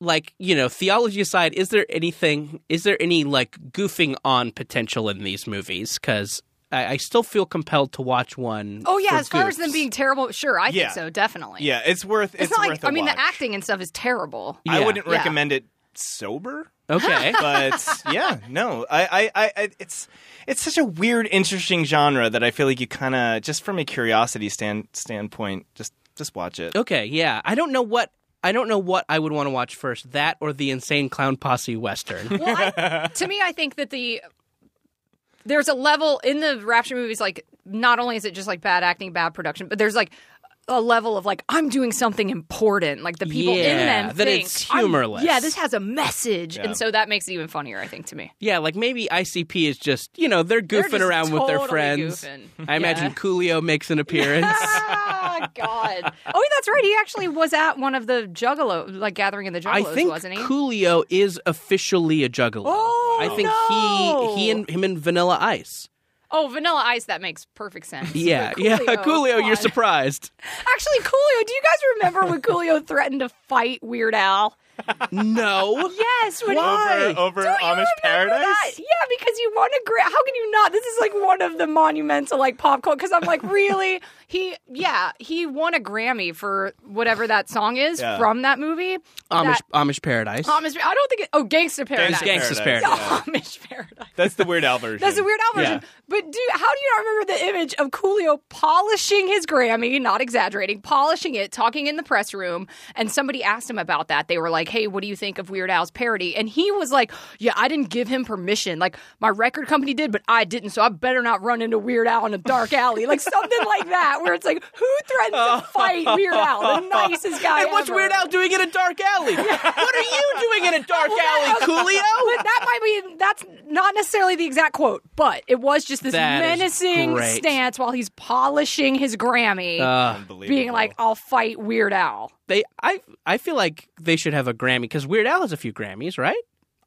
Speaker 2: like you know theology aside is there anything is there any like goofing on potential in these movies cuz I, I still feel compelled to watch one
Speaker 3: oh yeah,
Speaker 2: for
Speaker 3: as far as
Speaker 2: goofs.
Speaker 3: them being terrible, sure, I
Speaker 4: Yeah.
Speaker 3: think so, definitely.
Speaker 4: Yeah, it's worth
Speaker 3: it's,
Speaker 4: it's,
Speaker 3: not
Speaker 4: worth
Speaker 3: like
Speaker 4: a
Speaker 3: I mean
Speaker 4: watch.
Speaker 3: the acting and stuff is terrible.
Speaker 2: Yeah.
Speaker 4: I wouldn't
Speaker 3: Yeah.
Speaker 4: recommend it sober.
Speaker 2: okay
Speaker 4: but yeah, no, I, I, I, I- it's it's such a weird, interesting genre that I feel like you kind of just from a curiosity stand standpoint, just just watch it.
Speaker 2: okay yeah I don't know what I don't know what I would want to watch first that or the insane clown posse western
Speaker 3: Well, I, to me, I think that the there's a level in the Rapture movies. Like, not only is it just like bad acting, bad production, but there's like a level of like I'm doing something important. Like the people
Speaker 2: Yeah,
Speaker 3: in them
Speaker 2: that
Speaker 3: think,
Speaker 2: it's
Speaker 3: "I'm-
Speaker 2: humorless."
Speaker 3: Yeah, this has a message,
Speaker 4: Yeah.
Speaker 3: and so that makes it even funnier. I think to me.
Speaker 2: yeah like maybe ICP is just you know they're
Speaker 3: They're
Speaker 2: goofing
Speaker 3: just
Speaker 2: around with their
Speaker 3: totally
Speaker 2: friends
Speaker 3: goofing.
Speaker 2: I imagine
Speaker 3: Yeah.
Speaker 2: Coolio makes an appearance.
Speaker 3: Ah, God. Oh, yeah, that's right. He actually was at one of the Juggalo, like gathering in the
Speaker 2: I
Speaker 3: Juggalos,
Speaker 2: think
Speaker 3: wasn't he?
Speaker 2: Coolio is officially a juggalo.
Speaker 3: Oh,
Speaker 2: I think
Speaker 3: no.
Speaker 2: he he and him and Vanilla Ice.
Speaker 3: oh, Vanilla Ice. That makes perfect sense.
Speaker 2: Yeah,
Speaker 3: But
Speaker 2: yeah,
Speaker 3: come
Speaker 2: Coolio,
Speaker 3: on.
Speaker 2: you're surprised.
Speaker 3: Actually, Coolio. Do you guys remember when Coolio threatened to fight Weird Al?
Speaker 2: no.
Speaker 3: Yes, when
Speaker 4: over over
Speaker 3: Don't you
Speaker 4: Amish
Speaker 3: remember
Speaker 4: Paradise.
Speaker 3: that? Yeah, because you want to. Gra- how can you not? This is like one of the monumental like pop culture. Because I'm like, really? He, yeah, he won a Grammy for whatever that song is
Speaker 4: Yeah.
Speaker 3: from that movie.
Speaker 2: Amish
Speaker 3: That-
Speaker 2: Amish Paradise.
Speaker 3: Amish. I don't think. It, oh, Gangsta Paradise.
Speaker 2: Gangsta Gangsta's Paradise.
Speaker 4: yeah.
Speaker 3: Amish Paradise.
Speaker 4: That's the Weird Al version.
Speaker 3: That's a weird Al
Speaker 4: Yeah.
Speaker 3: version. But do how do you not remember the image of Coolio polishing his Grammy, not exaggerating, polishing it, talking in the press room, and somebody asked him about that. They were like, "Hey, what do you think of Weird Al's parody?" And he was like, "Yeah, I didn't give him permission. Like my record company did, but I didn't, so I better not run into Weird Al in a dark alley." Like something like that where it's like, "Who threatens to fight Weird Al? The nicest guy
Speaker 2: And what's
Speaker 3: ever.
Speaker 2: Weird Al doing in a dark alley? what are you doing in a dark
Speaker 3: that-
Speaker 2: alley, Coolio?
Speaker 3: But that might be that's not necessarily the exact quote, but it was just this
Speaker 2: That is
Speaker 3: menacing
Speaker 2: great.
Speaker 3: stance while he's polishing his Grammy,
Speaker 4: Unbelievable.
Speaker 3: being like, "I'll fight Weird Al."
Speaker 2: They, I, I feel like they should have a Grammy because Weird Al has a few Grammys, right?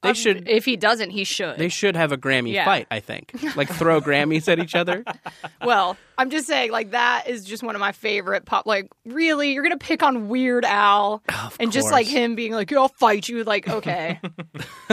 Speaker 2: They should.
Speaker 3: If he doesn't, he should.
Speaker 2: They should have a Grammy
Speaker 3: Um, Yeah.
Speaker 2: fight, I think. Like throw Grammys at each other.
Speaker 3: well, I'm just saying, like that is just one of my favorite pop. Like, really, you're gonna pick on Weird Al and just
Speaker 2: course.
Speaker 3: like him being like, "I'll fight you." Like, okay,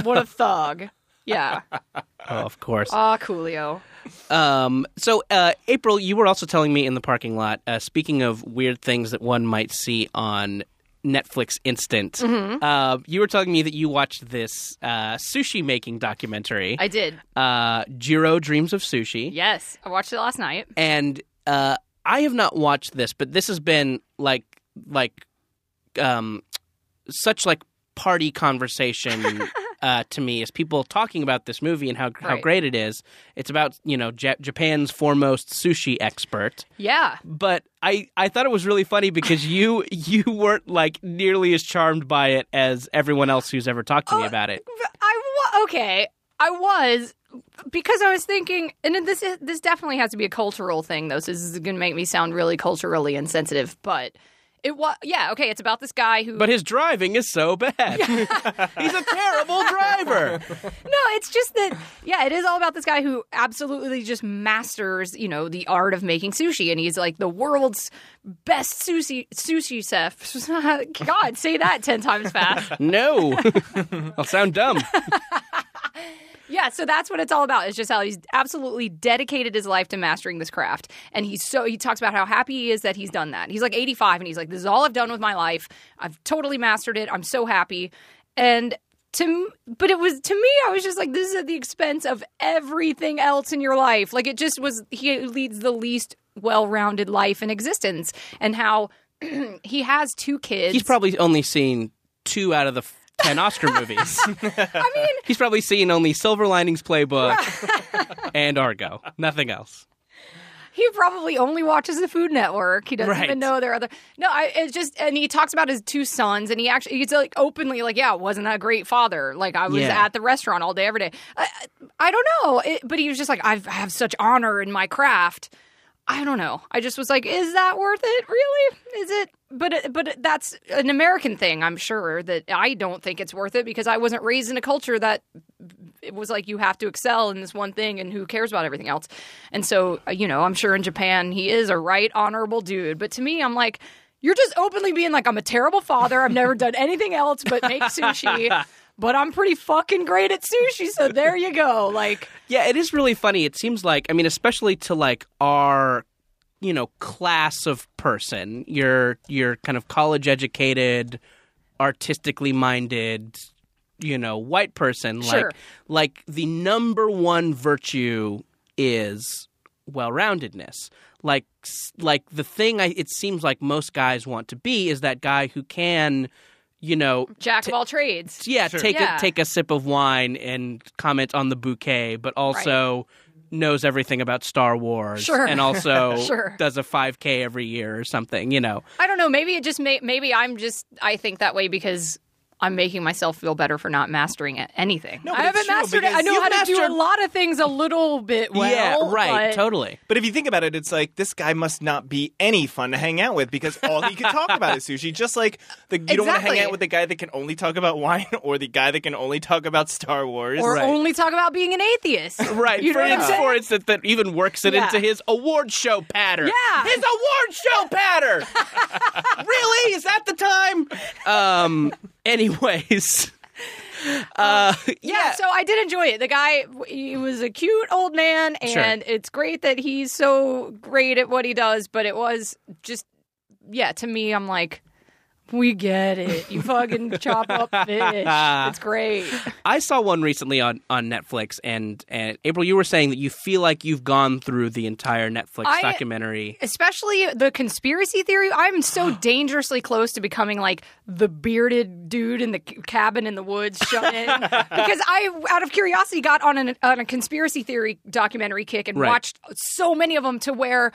Speaker 3: what a thug. Yeah.
Speaker 2: Oh, of course.
Speaker 3: Ah, Coolio.
Speaker 2: Um, so, uh, April, you were also telling me in the parking lot, uh, speaking of weird things that one might see on Netflix Instant, uh, you were telling me that you watched this uh, sushi making documentary,
Speaker 3: I did.
Speaker 2: uh, Jiro Dreams of Sushi.
Speaker 3: Yes, I watched it last night.
Speaker 2: And uh, I have not watched this, but this has been like, like, um, such like party conversation. Uh, to me, is people talking about this movie and how how
Speaker 3: Right.
Speaker 2: great it is. It's about you know ja Japan's foremost sushi expert,
Speaker 3: Yeah.
Speaker 2: but I, I thought it was really funny because you you weren't like nearly as charmed by it as everyone else who's ever talked to me about it.
Speaker 3: I wa- okay. I was because I was thinking, and then this is, this definitely has to be a cultural thing, though. So this is going to make me sound really culturally insensitive, but it was yeah okay. It's about this guy who
Speaker 2: But his driving is so bad. He's a terrible driver.
Speaker 3: no, it's just that yeah, it is all about this guy who absolutely just masters you know the art of making sushi, and he's like the world's best sushi sushi chef. God, say that ten times fast.
Speaker 2: No, I'll sound dumb.
Speaker 3: Yeah, so that's what it's all about. It's just how he's absolutely dedicated his life to mastering this craft. And he's so he talks about how happy he is that he's done that. He's like 85 and he's like this is all I've done with my life. I've totally mastered it. I'm so happy. And to m- but it was to me I was just like this is at the expense of everything else in your life. Like it just was he leads the least well-rounded life in existence and how he has two kids.
Speaker 2: He's probably only seen two out of the f- ten Oscar movies.
Speaker 3: I mean
Speaker 2: He's probably seen only Silver Linings Playbook and Argo. Nothing else.
Speaker 3: He probably only watches the Food Network. He doesn't
Speaker 2: Right.
Speaker 3: even know there are other. No, I it's just and he talks about his two sons, and he actually he's like openly like, yeah, wasn't I a great father? Like I was
Speaker 2: Yeah.
Speaker 3: at the restaurant all day every day. I, I I don't know, it, but he was just like, I've, I have such honor in my craft. I don't know. I just was like, is that worth it? Really? Is it? But it, but it- that's an American thing, I'm sure. That I don't think it's worth it because I wasn't raised in a culture that it was like you have to excel in this one thing, and who cares about everything else? And so, uh, you know, I'm sure in Japan he is a right honorable dude. But to me, I'm like, you're just openly being like, I'm a terrible father. I've never done anything else but make sushi. But I'm pretty fucking great at sushi, so there you go. Like,
Speaker 2: Yeah, it is really funny. It seems like I mean, especially to like our you know class of person, you're you're kind of college educated, artistically minded, you know, white person.
Speaker 3: Sure.
Speaker 2: Like like the number one virtue is well-roundedness. Like s- like the thing I, it seems like most guys want to be is that guy who can, you know,
Speaker 3: jack of all trades.
Speaker 2: yeah, take
Speaker 3: Yeah.
Speaker 2: a take a sip of wine and comment on the bouquet, but also knows everything about Star Wars
Speaker 3: Sure.
Speaker 2: and also
Speaker 3: Sure.
Speaker 2: does a 5k every year or something, you know.
Speaker 3: I don't know. Maybe it just may, maybe I'm just I think that way because I'm making myself feel better for not mastering it, anything.
Speaker 4: No, but
Speaker 3: I
Speaker 4: it's
Speaker 3: haven't
Speaker 4: true,
Speaker 3: mastered it. I
Speaker 4: because
Speaker 3: know
Speaker 4: you've
Speaker 3: how to do
Speaker 4: mastered-
Speaker 3: a lot of things a little bit well.
Speaker 2: yeah, right,
Speaker 3: but-
Speaker 2: totally.
Speaker 4: But if you think about it, it's like this guy must not be any fun to hang out with because all he can talk about is sushi. Just like the, you don't want to hang
Speaker 3: Exactly.
Speaker 4: out with the guy that can only talk about wine or the guy that can only talk about Star Wars.
Speaker 3: Or
Speaker 2: Right.
Speaker 3: only talk about being an atheist.
Speaker 2: Right,
Speaker 3: You know
Speaker 2: for,
Speaker 3: what I'm
Speaker 2: ins-
Speaker 3: saying?
Speaker 2: for instance, that even works it
Speaker 3: Yeah.
Speaker 2: into his award show pattern.
Speaker 3: Yeah.
Speaker 2: his award show pattern. really, is that the time? Um, anyways, uh, yeah,
Speaker 3: So I did enjoy it. The guy, he was a cute old man, and it's great that he's so great at what he does. But it was just, yeah, to me, I'm like, we get it. You fucking chop up fish. It's great.
Speaker 2: I saw one recently on, on Netflix, and, and April, you were saying that you feel like you've gone through the entire Netflix
Speaker 3: I-
Speaker 2: documentary.
Speaker 3: Especially the conspiracy theory. I'm so dangerously close to becoming like the bearded dude in the c- cabin in the woods shut in because I, out of curiosity, got on, an, on a conspiracy theory documentary kick and
Speaker 2: Right.
Speaker 3: watched so many of them to where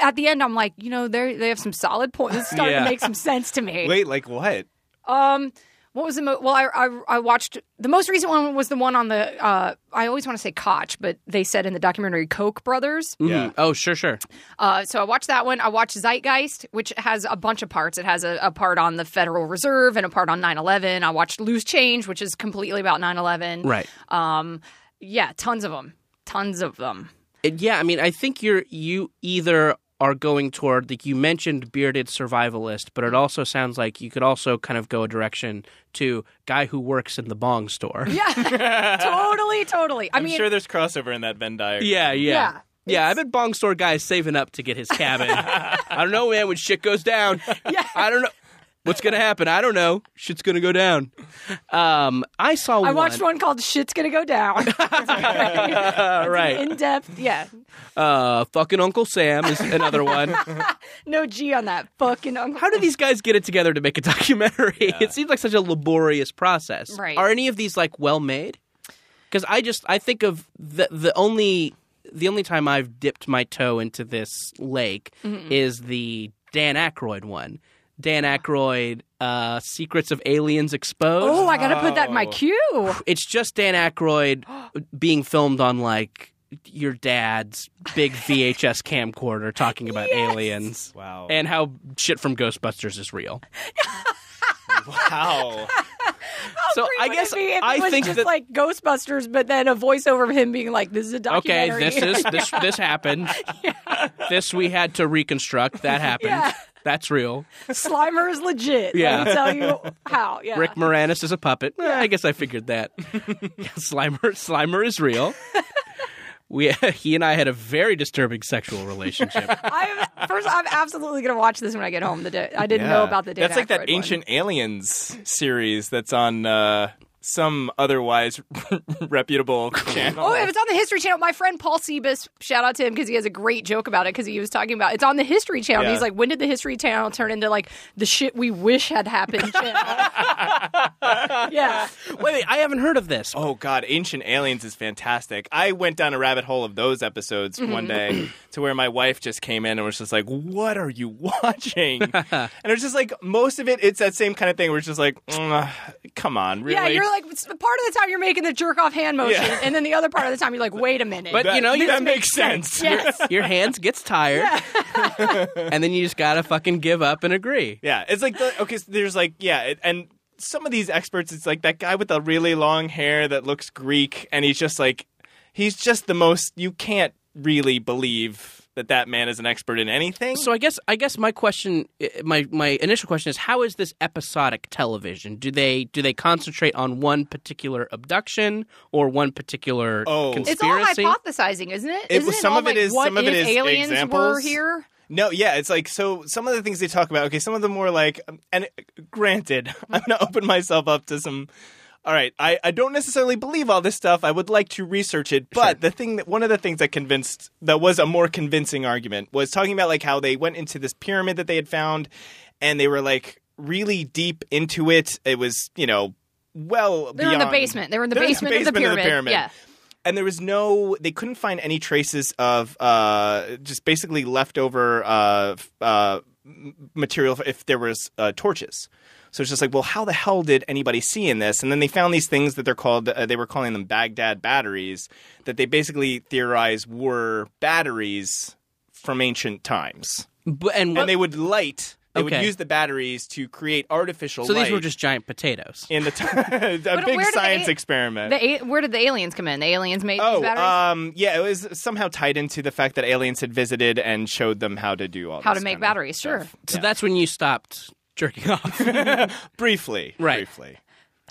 Speaker 3: at the end I'm like, you know, they they have some solid points. It's starting
Speaker 2: Yeah.
Speaker 3: to make some sense to me.
Speaker 4: Wait, like what?
Speaker 3: Um, what was the mo- well? I, I I watched the most recent one was the one on the uh. I always want to say Koch, but they said in the documentary Koch brothers.
Speaker 2: Mhm.
Speaker 4: Yeah.
Speaker 2: Oh, sure, sure.
Speaker 3: Uh, so I watched that one. I watched Zeitgeist, which has a bunch of parts. It has a, a part on the Federal Reserve and a part on 9-11. I watched Loose Change, which is completely about 9-11.
Speaker 2: Right.
Speaker 3: Um, yeah, tons of them. Tons of them.
Speaker 2: And yeah, I mean, I think you're you either are going toward like you mentioned bearded survivalist, but it also sounds like you could also kind of go a direction to guy who works in the bong store. Yeah,
Speaker 3: totally, totally. I
Speaker 4: I'm
Speaker 3: mean,
Speaker 4: sure there's crossover in that Venn diagram.
Speaker 2: yeah, yeah.
Speaker 3: Yeah,
Speaker 2: Yeah, I bet bong store guy's saving up to get his cabin. I don't know, man. When shit goes down, yeah. I don't know what's gonna happen. I don't know. Shit's gonna go down. Um, I saw.
Speaker 3: I watched one called "Shit's Gonna Go Down."
Speaker 2: Uh, right.
Speaker 3: In depth, yeah.
Speaker 2: Uh, fucking Uncle Sam is another one.
Speaker 3: No G on that fucking um, uncle.
Speaker 2: how do these guys get it together to make a documentary? It seems like such a laborious process.
Speaker 3: Right.
Speaker 2: Are any of these like well made? Because I just I think of the the only the only time I've dipped my toe into this lake is the Dan Aykroyd one. Dan Aykroyd, uh, Secrets of Aliens Exposed.
Speaker 3: Oh, I gotta put that in my
Speaker 4: Oh.
Speaker 3: queue.
Speaker 2: It's just Dan Aykroyd being filmed on like your dad's big VHS camcorder talking about aliens
Speaker 4: Wow.
Speaker 2: and how shit from Ghostbusters is real.
Speaker 4: wow.
Speaker 2: so I
Speaker 3: Would
Speaker 2: guess
Speaker 3: it be if it
Speaker 2: I
Speaker 3: was
Speaker 2: think
Speaker 3: just
Speaker 2: that
Speaker 3: like Ghostbusters, but then a voiceover of him being like, "This is a
Speaker 2: okay,
Speaker 3: documentary."
Speaker 2: this is this this happened. This we had to reconstruct. That happened.
Speaker 3: Yeah.
Speaker 2: That's real.
Speaker 3: Slimer is legit.
Speaker 2: Yeah.
Speaker 3: Let me tell you how. Yeah.
Speaker 2: Rick Moranis is a puppet. Eh, I guess I figured that. Slimer Slimer is real. We he and I had a very disturbing sexual relationship.
Speaker 3: I'm first. I'm absolutely gonna watch this when I get home. The day I didn't
Speaker 4: Yeah.
Speaker 3: know about the day.
Speaker 4: That's like that ancient aliens series that's on uh, some otherwise reputable channel.
Speaker 3: Oh, it was on the History Channel. My friend Paul Sebus, shout out to him because he has a great joke about it because he was talking about it's on the History Channel.
Speaker 4: Yeah.
Speaker 3: He's like, when did the History Channel turn into like the shit we wish had happened channel? yeah.
Speaker 2: wait, wait, I haven't heard of this.
Speaker 4: Oh God, Ancient Aliens is fantastic. I went down a rabbit hole of those episodes
Speaker 3: Mm-hmm.
Speaker 4: one day to where my wife just came in and was just like, "What are you watching?" and it was just like most of it. It's that same kind of thing. Where it's just like, "Mm, "Come on, really?"
Speaker 3: Yeah, you're like it's- part of the time you're making the jerk off hand motion,
Speaker 4: Yeah.
Speaker 3: and then the other part of the time you're like, wait a minute.
Speaker 2: But-
Speaker 4: that,
Speaker 2: you know, you-
Speaker 4: that makes sense.
Speaker 3: yes,
Speaker 2: Your hands gets tired. and then you just got to fucking give up and agree.
Speaker 4: Yeah, it's like the, okay, so there's like yeah, it, and some of these experts, it's like that guy with the really long hair that looks Greek, and he's just like, he's just the most. You can't really believe that that man is an expert in anything.
Speaker 2: So I guess I guess my question, eh, my my initial question is, how is this episodic television? Do they do they concentrate on one particular abduction or one particular
Speaker 4: Oh.
Speaker 2: conspiracy?
Speaker 3: it's all hypothesizing, isn't it?
Speaker 4: It
Speaker 3: Isn't
Speaker 4: was- some
Speaker 3: all
Speaker 4: of it
Speaker 3: like,
Speaker 4: is-
Speaker 3: what
Speaker 4: some of
Speaker 3: if
Speaker 4: it is
Speaker 3: aliens were
Speaker 4: examples.
Speaker 3: here?
Speaker 4: No, yeah, it's like so. Some of the things they talk about, okay, some of them were like, um, and granted, I'm gonna open myself up to some. All right, I, I don't necessarily believe all this stuff. I would like to research it, but the thing that one of the things that convinced that was a more convincing argument was talking about like how they went into this pyramid that they had found, and they were like really deep into it. It was you know well
Speaker 3: They're in the
Speaker 4: beyond-
Speaker 3: basement. They were in the
Speaker 4: They're
Speaker 3: basement, of the pyramid. Yeah.
Speaker 4: and there was no they couldn't find any traces of uh, just basically leftover uh, f- uh, m- material if there was uh, torches so it's just like well how the hell did anybody see in this and then they found these things that they're called uh, they were calling them baghdad batteries that they basically theorize were batteries from ancient times
Speaker 2: B- and what-
Speaker 4: and they would light they would
Speaker 2: Okay.
Speaker 4: use the batteries to create artificial
Speaker 2: so
Speaker 4: light
Speaker 2: these were just giant potatoes.
Speaker 4: in the t- a big
Speaker 3: where do
Speaker 4: science
Speaker 3: they-
Speaker 4: experiment
Speaker 3: The a- where did the aliens come in? The aliens made these
Speaker 4: Oh,
Speaker 3: batteries.
Speaker 4: um, yeah, it was somehow tied into the fact that aliens had visited and showed them how to do all
Speaker 3: How
Speaker 4: this
Speaker 3: to make
Speaker 4: kind of
Speaker 3: batteries? Sure.
Speaker 4: stuff.
Speaker 2: So that's when you stopped jerking off.
Speaker 4: briefly,
Speaker 2: Right.
Speaker 4: Briefly.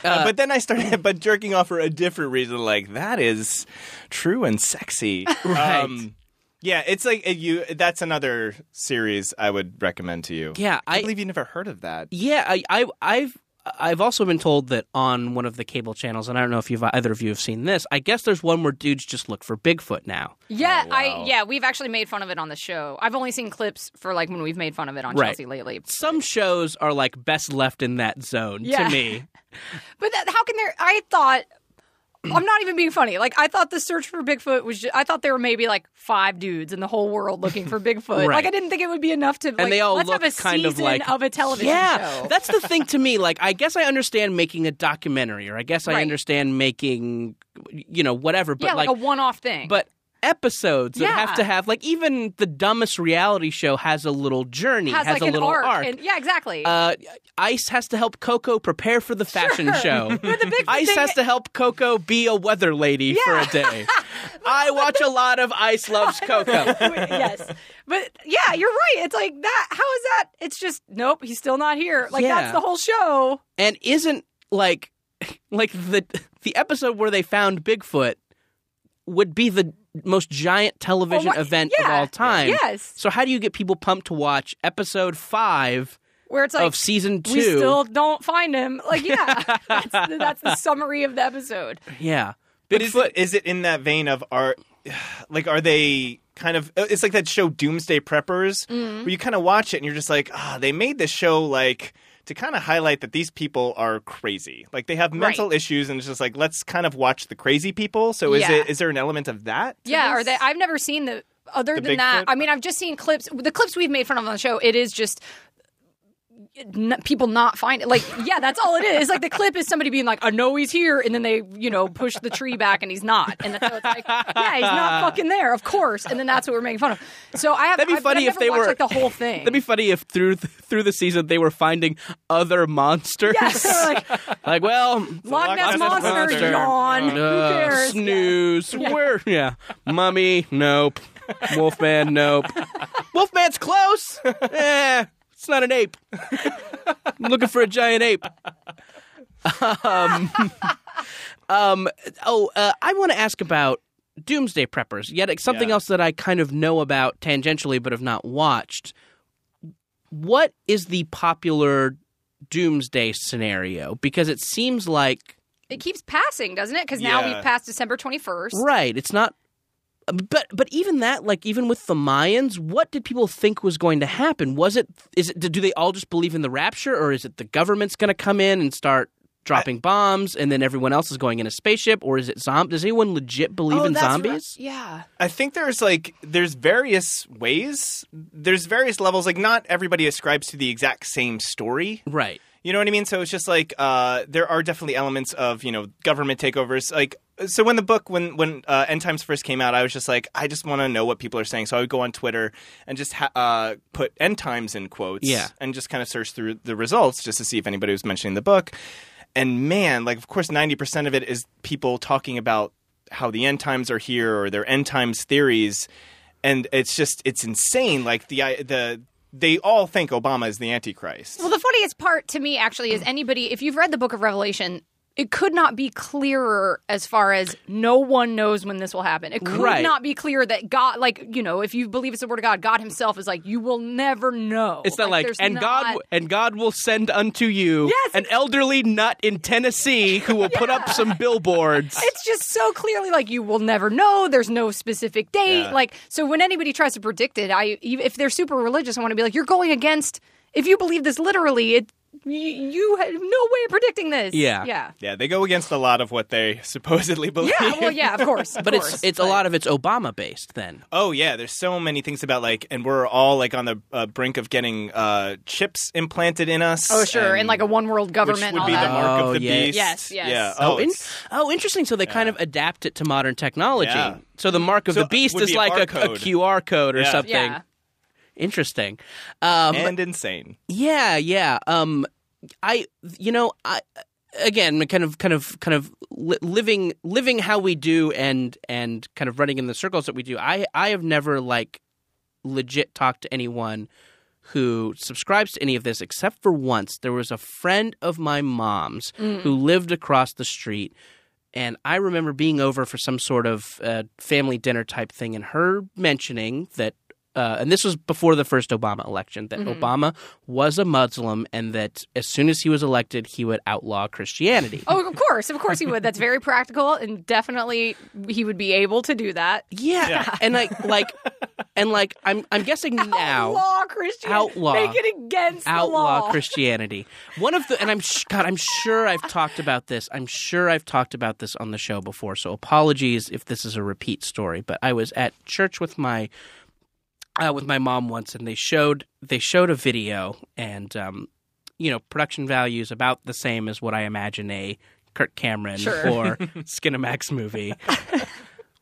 Speaker 4: Uh, but then I started, but jerking off for a different reason. Like that is true and sexy, Um,
Speaker 2: Right.
Speaker 4: yeah, it's like uh, you. That's another series I would recommend to you.
Speaker 2: Yeah,
Speaker 4: I,
Speaker 2: I-
Speaker 4: believe you never heard of that.
Speaker 2: Yeah, I, I, I've I've also been told that on one of the cable channels, and I don't know if you've either of you have seen this. I guess there's one where dudes just look for Bigfoot now.
Speaker 3: Yeah,
Speaker 4: Oh,
Speaker 3: I yeah, we've actually made fun of it on the show. I've only seen clips for like when we've made fun of it on
Speaker 2: Right.
Speaker 3: Chelsea lately.
Speaker 2: Some shows are like best left in that zone
Speaker 3: Yeah.
Speaker 2: to me.
Speaker 3: But that, how can there? I thought I'm not even being funny. Like I thought the search for Bigfoot was. Just, I thought there were maybe like five dudes in the whole world looking for Bigfoot.
Speaker 2: Right.
Speaker 3: Like I didn't think it would be enough to.
Speaker 2: and they all
Speaker 3: let's
Speaker 2: look
Speaker 3: have a
Speaker 2: kind of
Speaker 3: season
Speaker 2: like
Speaker 3: of a television
Speaker 2: yeah,
Speaker 3: show.
Speaker 2: that's the thing to me. Like, I guess I understand making a documentary, or I guess I
Speaker 3: Right.
Speaker 2: understand making, you know, whatever. But
Speaker 3: yeah, like, a one-off thing.
Speaker 2: but episodes that have
Speaker 3: Yeah.
Speaker 2: to have like even the dumbest reality show has a little journey,
Speaker 3: has, like
Speaker 2: a
Speaker 3: an
Speaker 2: little
Speaker 3: arc. And, yeah, exactly.
Speaker 2: uh, Ice has to help Coco prepare for the fashion show.
Speaker 3: the Bigfoot
Speaker 2: Ice
Speaker 3: thing-
Speaker 2: has to help Coco be a weather lady for a day. I watch a lot of Ice Loves Coco.
Speaker 3: yes. But yeah, you're right. It's like that. How is that? It's just nope. He's still not here. Like
Speaker 2: Yeah.
Speaker 3: that's the whole show.
Speaker 2: And isn't like like the the episode where they found Bigfoot would be the most giant television
Speaker 3: Oh my-
Speaker 2: event of
Speaker 3: yeah.
Speaker 2: all time.
Speaker 3: Yes.
Speaker 2: So how do you get people pumped to watch episode 5
Speaker 3: Where it's like
Speaker 2: of season 2?
Speaker 3: we still don't find him. Like yeah, that's, the, that's the summary of the episode.
Speaker 2: yeah.
Speaker 4: But is
Speaker 2: Bigfoot
Speaker 4: it, is it in that vein of are like are they kind of uh, it's like that show Doomsday Preppers
Speaker 3: Mm-hmm.
Speaker 4: where you kind of watch it and you're just like ah they made this show like to kind of highlight that these people are crazy like they have mental issues and it's just like let's kind of watch the crazy people so is
Speaker 3: Yeah.
Speaker 4: it is there an element of that
Speaker 3: Yeah, or they I've never seen the other
Speaker 4: The
Speaker 3: than that.
Speaker 4: Bigfoot?
Speaker 3: I mean, I've just seen clips. The clips we've made fun of on the show. It is just. n- people not find it like yeah that's all it is It's like the clip is somebody being like i know he's here and then they you know push the tree back and he's not and so it's like yeah he's not fucking there of course and then that's what we're making fun of so i have
Speaker 2: That'd be
Speaker 3: I've- but
Speaker 2: funny
Speaker 3: I've
Speaker 2: if
Speaker 3: never
Speaker 2: they
Speaker 3: watched,
Speaker 2: were-
Speaker 3: like the whole thing
Speaker 2: That'd be funny if through th- through the season they were finding other monsters.
Speaker 3: yes like
Speaker 2: like, well,
Speaker 3: Loch Ness
Speaker 4: Ness
Speaker 3: monster,
Speaker 4: Monster.
Speaker 3: yawn
Speaker 2: uh,
Speaker 3: who cares Yeah.
Speaker 2: snooze. Where? Yeah, mummy. Nope. Wolfman. Nope. Wolfman's close. eh, it's not an ape. I'm looking for a giant ape. Um, um, oh, uh, I want to ask about doomsday preppers. Yet it's something
Speaker 4: Yeah.
Speaker 2: else that I kind of know about tangentially, but have not watched. What is the popular doomsday scenario? Because it seems like
Speaker 3: it keeps passing doesn't it because now
Speaker 4: Yeah.
Speaker 3: we've passed december 21st
Speaker 2: Right. It's not. But but even that, like even with the Mayans, what did people think was going to happen? Was it is it do they all just believe in the rapture, or is it the government's going to come in and start dropping bombs, and then everyone else is going in a spaceship, or is it zombie? Does anyone legit
Speaker 3: Oh,
Speaker 2: believe in zombies?
Speaker 3: yeah
Speaker 4: I think there's like there's various ways there's various levels like not everybody ascribes to the exact same story
Speaker 2: Right.
Speaker 4: You know what I mean? So it's just like uh, there are definitely elements of you know government takeovers. Like so, when the book when when uh, End Times first came out, I was just like, I just want to know what people are saying. So I would go on Twitter and just ha- uh, put End Times in quotes,
Speaker 2: Yeah.
Speaker 4: and just kind of search through the results just to see if anybody was mentioning the book. And man, like of course, ninety percent of it is people talking about how the end times are here or their end times theories, and it's just it's insane. Like the I the they all think Obama is the Antichrist.
Speaker 3: Well, the funniest part to me actually is anybody, if you've read the book of Revelation, it could not be clearer as far as no one knows when this will happen. It could
Speaker 2: Right.
Speaker 3: not be clear that God, like, you know, if you believe it's the word of God, God himself is like, you will never know.
Speaker 2: It's not like,
Speaker 3: there's
Speaker 2: and God
Speaker 3: not-
Speaker 2: w- and God will send unto you an elderly nut in Tennessee who will put up some billboards.
Speaker 3: It's just so clearly like you will never know. There's no specific date.
Speaker 4: Yeah.
Speaker 3: Like so, when anybody tries to predict it, I if they're super religious, I want to be like, you're going against. If you believe this literally, it you, you have no way of predicting this.
Speaker 2: Yeah.
Speaker 3: yeah.
Speaker 4: Yeah, they go against a lot of what they supposedly believe.
Speaker 3: Yeah, well, yeah, of course. Of
Speaker 2: but
Speaker 3: course.
Speaker 2: it's it's a lot of it's Obama based then.
Speaker 4: Oh yeah, there's so many things about like, and we're all like on the uh, brink of getting uh, chips implanted in us.
Speaker 3: Oh, sure, and, like a one world
Speaker 4: which
Speaker 3: government. and
Speaker 4: would
Speaker 3: all
Speaker 4: be the
Speaker 3: that.
Speaker 4: mark
Speaker 2: Oh,
Speaker 4: of the
Speaker 2: yeah.
Speaker 4: beast.
Speaker 3: Yes, yes.
Speaker 4: Yeah.
Speaker 2: Oh, in-
Speaker 4: it's-
Speaker 2: oh, interesting. So they kind of adapt it to modern technology.
Speaker 4: Yeah.
Speaker 2: So the mark of
Speaker 4: So
Speaker 2: the beast
Speaker 4: would
Speaker 2: is
Speaker 4: be a
Speaker 2: like a, a
Speaker 4: barcode.
Speaker 2: QR code or
Speaker 4: Yeah.
Speaker 2: something.
Speaker 3: yeah.
Speaker 2: Interesting. Um,
Speaker 4: and insane.
Speaker 2: yeah, yeah. Um, I, you know, I again, kind of, kind of, kind of li- living, living how we do, and and kind of running in the circles that we do. I, I have never like legit talked to anyone who subscribes to any of this except for once. There was a friend of my mom's who lived across the street. And I remember being over for some sort of uh, family dinner type thing, and her mentioning that, uh, and this was before the first Obama election, that Obama was a Muslim, and that as soon as he was elected, he would outlaw Christianity.
Speaker 3: Oh, of course, of course he would. That's very practical, and definitely he would be able to do that.
Speaker 2: Yeah. And like like and like I'm I'm guessing now
Speaker 5: Law Christian.
Speaker 2: Outlaw.
Speaker 5: Make it against the
Speaker 2: outlaw
Speaker 5: law.
Speaker 2: Christianity. One of the and I'm sh- god I'm sure I've talked about this. I'm sure I've talked about this on the show before. So apologies if this is a repeat story, but I was at church with my uh, with my mom once and they showed they showed a video and um you know, production value is about the same as what I imagine a Kirk Cameron or Skinamax movie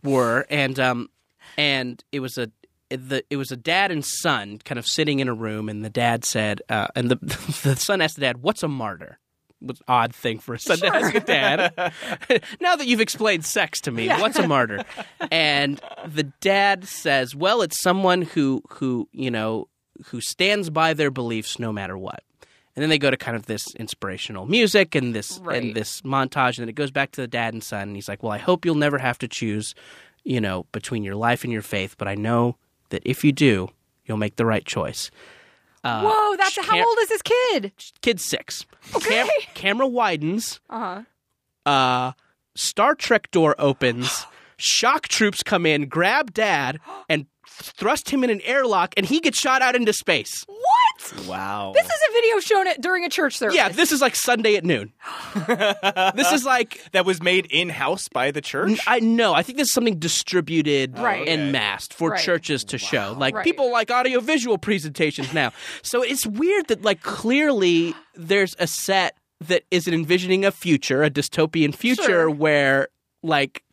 Speaker 2: were, and um, and it was a the it was a dad and son kind of sitting in a room, and the dad said, uh, and the the son asked the dad, "What's a martyr?" Was an odd thing for a son to ask a dad. now that you've explained sex to me, what's a martyr? And the dad says, "Well, it's someone who who you know who stands by their beliefs no matter what." And then they go to kind of this inspirational music and this
Speaker 3: Right.
Speaker 2: and this montage, and then it goes back to the dad and son, and he's like, "Well, I hope you'll never have to choose, you know, between your life and your faith, but I know that if you do, you'll make the right choice."
Speaker 3: Whoa, that's
Speaker 2: she
Speaker 3: how
Speaker 2: can't-
Speaker 3: old is this kid?
Speaker 2: Kid six. Cam- camera widens.
Speaker 3: Uh-huh.
Speaker 2: Uh, Star Trek door opens. Shock troops come in, grab Dad, and thrust him in an airlock, and he gets shot out into space.
Speaker 3: What?
Speaker 4: Wow.
Speaker 3: This is a video shown at, during a church service.
Speaker 2: Yeah, this is like Sunday at noon. this is like
Speaker 4: that was made in house by the church.
Speaker 2: I know. I think this is something distributed
Speaker 3: Right.
Speaker 2: and massed for
Speaker 3: Oh, Right.
Speaker 2: churches to show. Like
Speaker 3: Right.
Speaker 2: people like audiovisual presentations now. so it's weird that like clearly there's a set that is envisioning a future, a dystopian future
Speaker 3: Sure.
Speaker 2: where like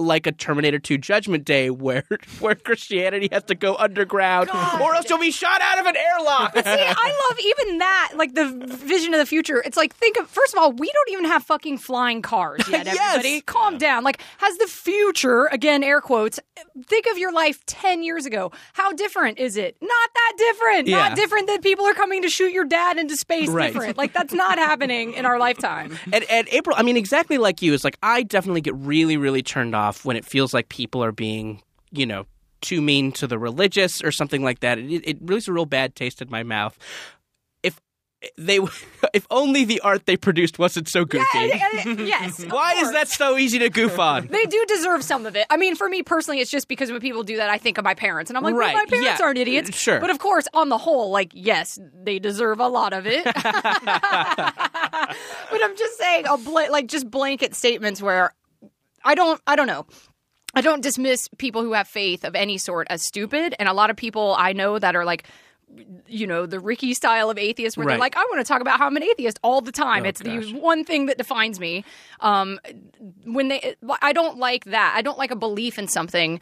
Speaker 2: like a Terminator 2 Judgment Day where where Christianity has to go underground or else you'll be shot out of an airlock.
Speaker 3: See, I love even that, like the vision of the future. It's like, think of, first of all, we don't even have fucking flying cars yet,
Speaker 2: Yes.
Speaker 3: everybody. Calm down. Like, has the future, again, air quotes, think of your life 10 years ago. How different is it? Not that different.
Speaker 2: Yeah.
Speaker 3: Not different that people are coming to shoot your dad into space
Speaker 2: Right.
Speaker 3: different. Like, that's not happening in our lifetime.
Speaker 2: and, and April, I mean, exactly like you, is like I definitely get really, really turned off when it feels like people are being, you know, too mean to the religious or something like that. It, it leaves a real bad taste in my mouth. If they, if only the art they produced wasn't so goofy.
Speaker 3: And- and- yes. of
Speaker 2: Why is
Speaker 3: course.
Speaker 2: that so easy to goof on?
Speaker 3: They do deserve some of it. I mean, for me personally, it's just because when people do that, I think of my parents, and I'm like, well,
Speaker 2: Right,
Speaker 3: my parents
Speaker 2: yeah, Uh,
Speaker 3: aren't idiots.
Speaker 2: sure.
Speaker 3: But of course, on the whole, like, yes, they deserve a lot of it. but I'm just saying, a bla- like just blanket statements where I don't, I don't know. I don't dismiss people who have faith of any sort as stupid, and a lot of people I know that are like. You know, the Ricky style of atheist where
Speaker 2: Right. Oh,
Speaker 3: they're like, I want to talk about how I'm an atheist all the time. it's
Speaker 2: gosh.
Speaker 3: the one thing that defines me. Um, when they i don't like that i don't like a belief in something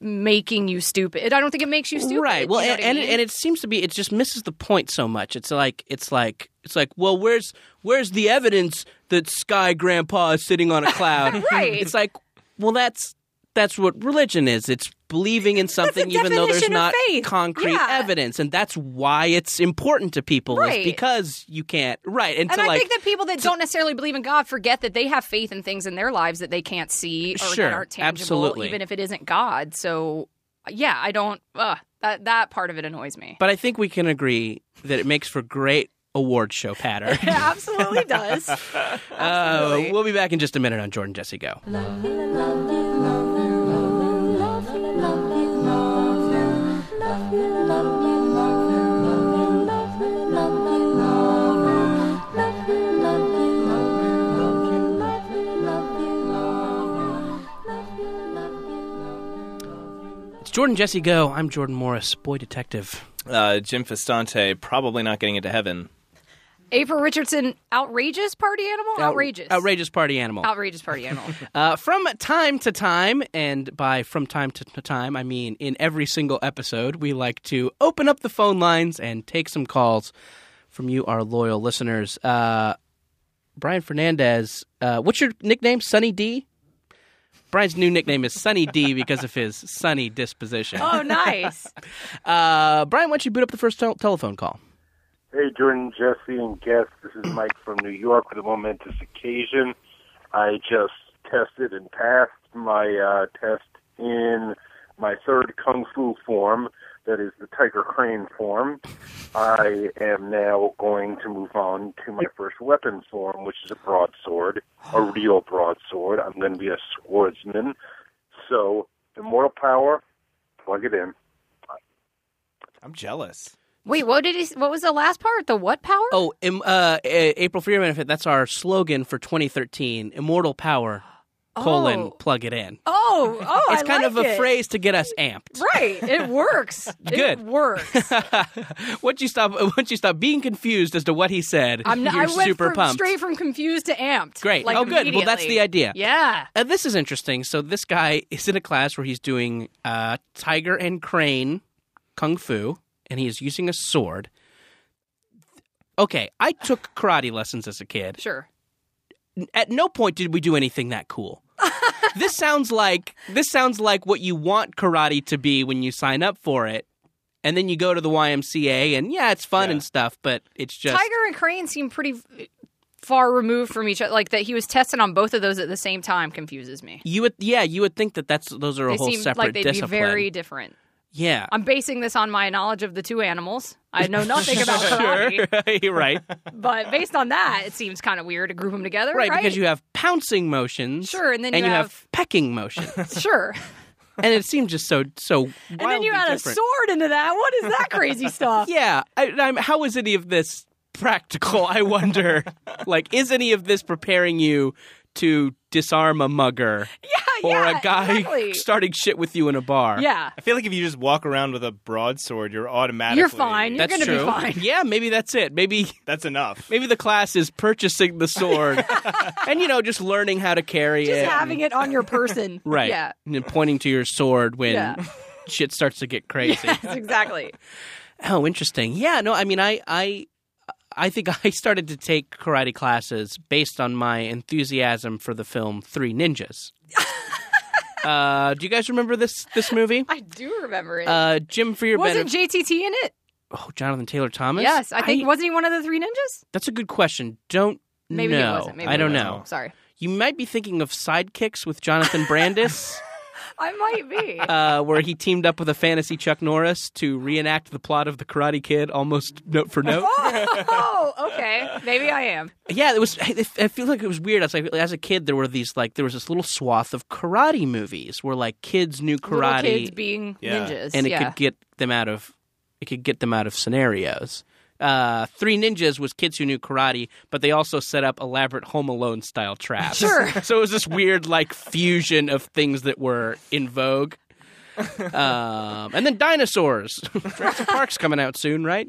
Speaker 3: making you stupid i don't think it makes you stupid
Speaker 2: Right. Well,
Speaker 3: you know
Speaker 2: and,
Speaker 3: what I
Speaker 2: and,
Speaker 3: mean?
Speaker 2: it, and it seems to be it just misses the point so much. It's like it's like it's like well, where's where's the evidence that Sky Grandpa is sitting on a cloud?
Speaker 3: Right.
Speaker 2: It's like well, that's that's what religion is. It's believing in something even though there's
Speaker 3: definition of
Speaker 2: not
Speaker 3: faith.
Speaker 2: concrete
Speaker 3: Yeah.
Speaker 2: evidence, and that's why it's important to people
Speaker 3: Right.
Speaker 2: is because you can't right. And,
Speaker 3: And
Speaker 2: to
Speaker 3: I
Speaker 2: like
Speaker 3: think that people that don't necessarily believe in God forget that they have faith in things in their lives that they can't see or
Speaker 2: Sure,
Speaker 3: that aren't tangible,
Speaker 2: absolutely.
Speaker 3: even if it isn't God. So, yeah, I don't. Uh, that that part of it annoys me.
Speaker 2: but I think we can agree that it makes for great award show patter.
Speaker 3: It absolutely does.
Speaker 2: uh, we'll be back in just a minute on Jordan Jesse Go.
Speaker 1: Love you, love you, love you, love you, love you, love you, love you, love you, love you, love you, love you, love you, love you, love you, love you, love you, love you, love you, love you,
Speaker 2: It's Jordan Jesse Go. I'm Jordan Morris, boy detective.
Speaker 4: Uh, Jim Festante probably not getting into heaven.
Speaker 3: April Richardson, outrageous party animal, outrageous,
Speaker 2: Outrageous party animal.
Speaker 3: outrageous party animal.
Speaker 2: Uh, from time to time, and by from time to to time, I mean in every single episode, we like to open up the phone lines and take some calls from you, our loyal listeners. Uh, Brian Fernandez, uh, what's your nickname? Sunny D? Brian's new nickname is Sunny D because of his sunny disposition.
Speaker 3: Oh, nice.
Speaker 2: Uh, Brian, why don't you boot up the first tel- telephone call?
Speaker 6: Hey, Jordan, Jesse, and guests. This is Mike from New York with a momentous occasion. I just tested and passed my uh, test in my third kung fu form, that is the tiger crane form. I am now going to move on to my first weapon form, which is a broadsword, a real broadsword. I'm going to be a swordsman. So, immortal power, plug it in.
Speaker 4: I'm jealous.
Speaker 3: Wait, what did he? What was the last part? The what power?
Speaker 2: Oh, Im- uh, A- April for your benefit, that's our slogan for 2013 Immortal Power, colon,
Speaker 3: Oh.
Speaker 2: plug it in.
Speaker 3: Oh, oh,
Speaker 2: it's
Speaker 3: I
Speaker 2: kind of
Speaker 3: like
Speaker 2: a
Speaker 3: it.
Speaker 2: phrase to get us amped.
Speaker 3: Right, it works.
Speaker 2: Good.
Speaker 3: it works.
Speaker 2: once you stop, once you stop being confused as to what he said,
Speaker 3: I'm not,
Speaker 2: you're
Speaker 3: I went
Speaker 2: super
Speaker 3: from,
Speaker 2: pumped.
Speaker 3: straight from confused to amped.
Speaker 2: Great.
Speaker 3: Like,
Speaker 2: oh, good. Well, that's
Speaker 3: immediately.
Speaker 2: the idea.
Speaker 3: Yeah.
Speaker 2: Uh, this is interesting. So this guy is in a class where he's doing uh, tiger and crane kung fu, and he is using a sword. Okay, I took karate lessons as a kid.
Speaker 3: Sure.
Speaker 2: At no point did we do anything that cool. this sounds like this sounds like what you want karate to be when you sign up for it, and then you go to the YMCA, and yeah, it's fun and stuff, but it's just
Speaker 3: Tiger and Crane seem pretty f- far removed from each other. Like that he was tested on both of those at the same time confuses me.
Speaker 2: you would yeah you would think that that's those are a
Speaker 3: They
Speaker 2: whole
Speaker 3: seem
Speaker 2: separate
Speaker 3: like they'd
Speaker 2: discipline.
Speaker 3: be very different.
Speaker 2: yeah,
Speaker 3: I'm basing this on my knowledge of the two animals. I know nothing about karate,
Speaker 2: sure, you're right.
Speaker 3: but based on that, it seems kind of weird to group them together, right?
Speaker 2: right, because you have pouncing motions
Speaker 3: Sure, and then
Speaker 2: and
Speaker 3: you
Speaker 2: you have,
Speaker 3: have-
Speaker 2: pecking motions
Speaker 3: sure.
Speaker 2: and it seemed just so so wildly
Speaker 3: And then you add
Speaker 2: different.
Speaker 3: a sword into that. What is that crazy stuff?
Speaker 2: yeah I, I'm, how is any of this practical i wonder like is any of this preparing you to disarm a mugger
Speaker 3: Yeah,
Speaker 2: or
Speaker 3: yeah,
Speaker 2: a guy
Speaker 3: exactly.
Speaker 2: starting shit with you in a bar
Speaker 3: Yeah.
Speaker 4: I feel like if you just walk around with a broadsword, you're automatically
Speaker 3: You're fine. You're
Speaker 2: that's
Speaker 3: going to be
Speaker 2: true.
Speaker 3: fine.
Speaker 2: Yeah, maybe that's it. Maybe
Speaker 4: That's enough.
Speaker 2: maybe the class is purchasing the sword, and you know, just learning how to carry
Speaker 3: Just
Speaker 2: it.
Speaker 3: having it on your person.
Speaker 2: Right.
Speaker 3: Yeah.
Speaker 2: And then pointing to your sword when
Speaker 3: Yeah.
Speaker 2: shit starts to get crazy.
Speaker 3: Yes, exactly.
Speaker 2: Oh, interesting. Yeah, no, I mean I I I think I started to take karate classes based on my enthusiasm for the film Three Ninjas. uh, do you guys remember this this movie?
Speaker 3: I do remember it.
Speaker 2: Uh, Jim for your
Speaker 3: wasn't
Speaker 2: benefit.
Speaker 3: JTT in it?
Speaker 2: oh, Jonathan Taylor Thomas.
Speaker 3: Yes, I think wasn't he one of the three ninjas?
Speaker 2: that's a good question. Don't
Speaker 3: Maybe
Speaker 2: know.
Speaker 3: he wasn't. Maybe
Speaker 2: I
Speaker 3: he
Speaker 2: don't
Speaker 3: wasn't.
Speaker 2: know.
Speaker 3: Sorry,
Speaker 2: You might be thinking of Sidekicks with Jonathan Brandis.
Speaker 3: I might be.
Speaker 2: uh, where he teamed up with a fantasy Chuck Norris to reenact the plot of The Karate Kid almost note for note.
Speaker 3: oh, okay. Maybe I am.
Speaker 2: yeah, it was. I I feel like it was weird. As like, as a kid, there were these like there was this little swath of karate movies where like kids knew
Speaker 3: Little
Speaker 2: karate
Speaker 3: kids being
Speaker 4: Yeah.
Speaker 3: ninjas.
Speaker 2: and it
Speaker 3: yeah.
Speaker 2: could get them out of it could get them out of scenarios. Uh, Three Ninjas was kids who knew karate, but they also set up elaborate Home Alone style traps.
Speaker 3: Sure.
Speaker 2: so it was this weird like fusion of things that were in vogue. Um, and then dinosaurs. Jurassic Park's coming out soon, right?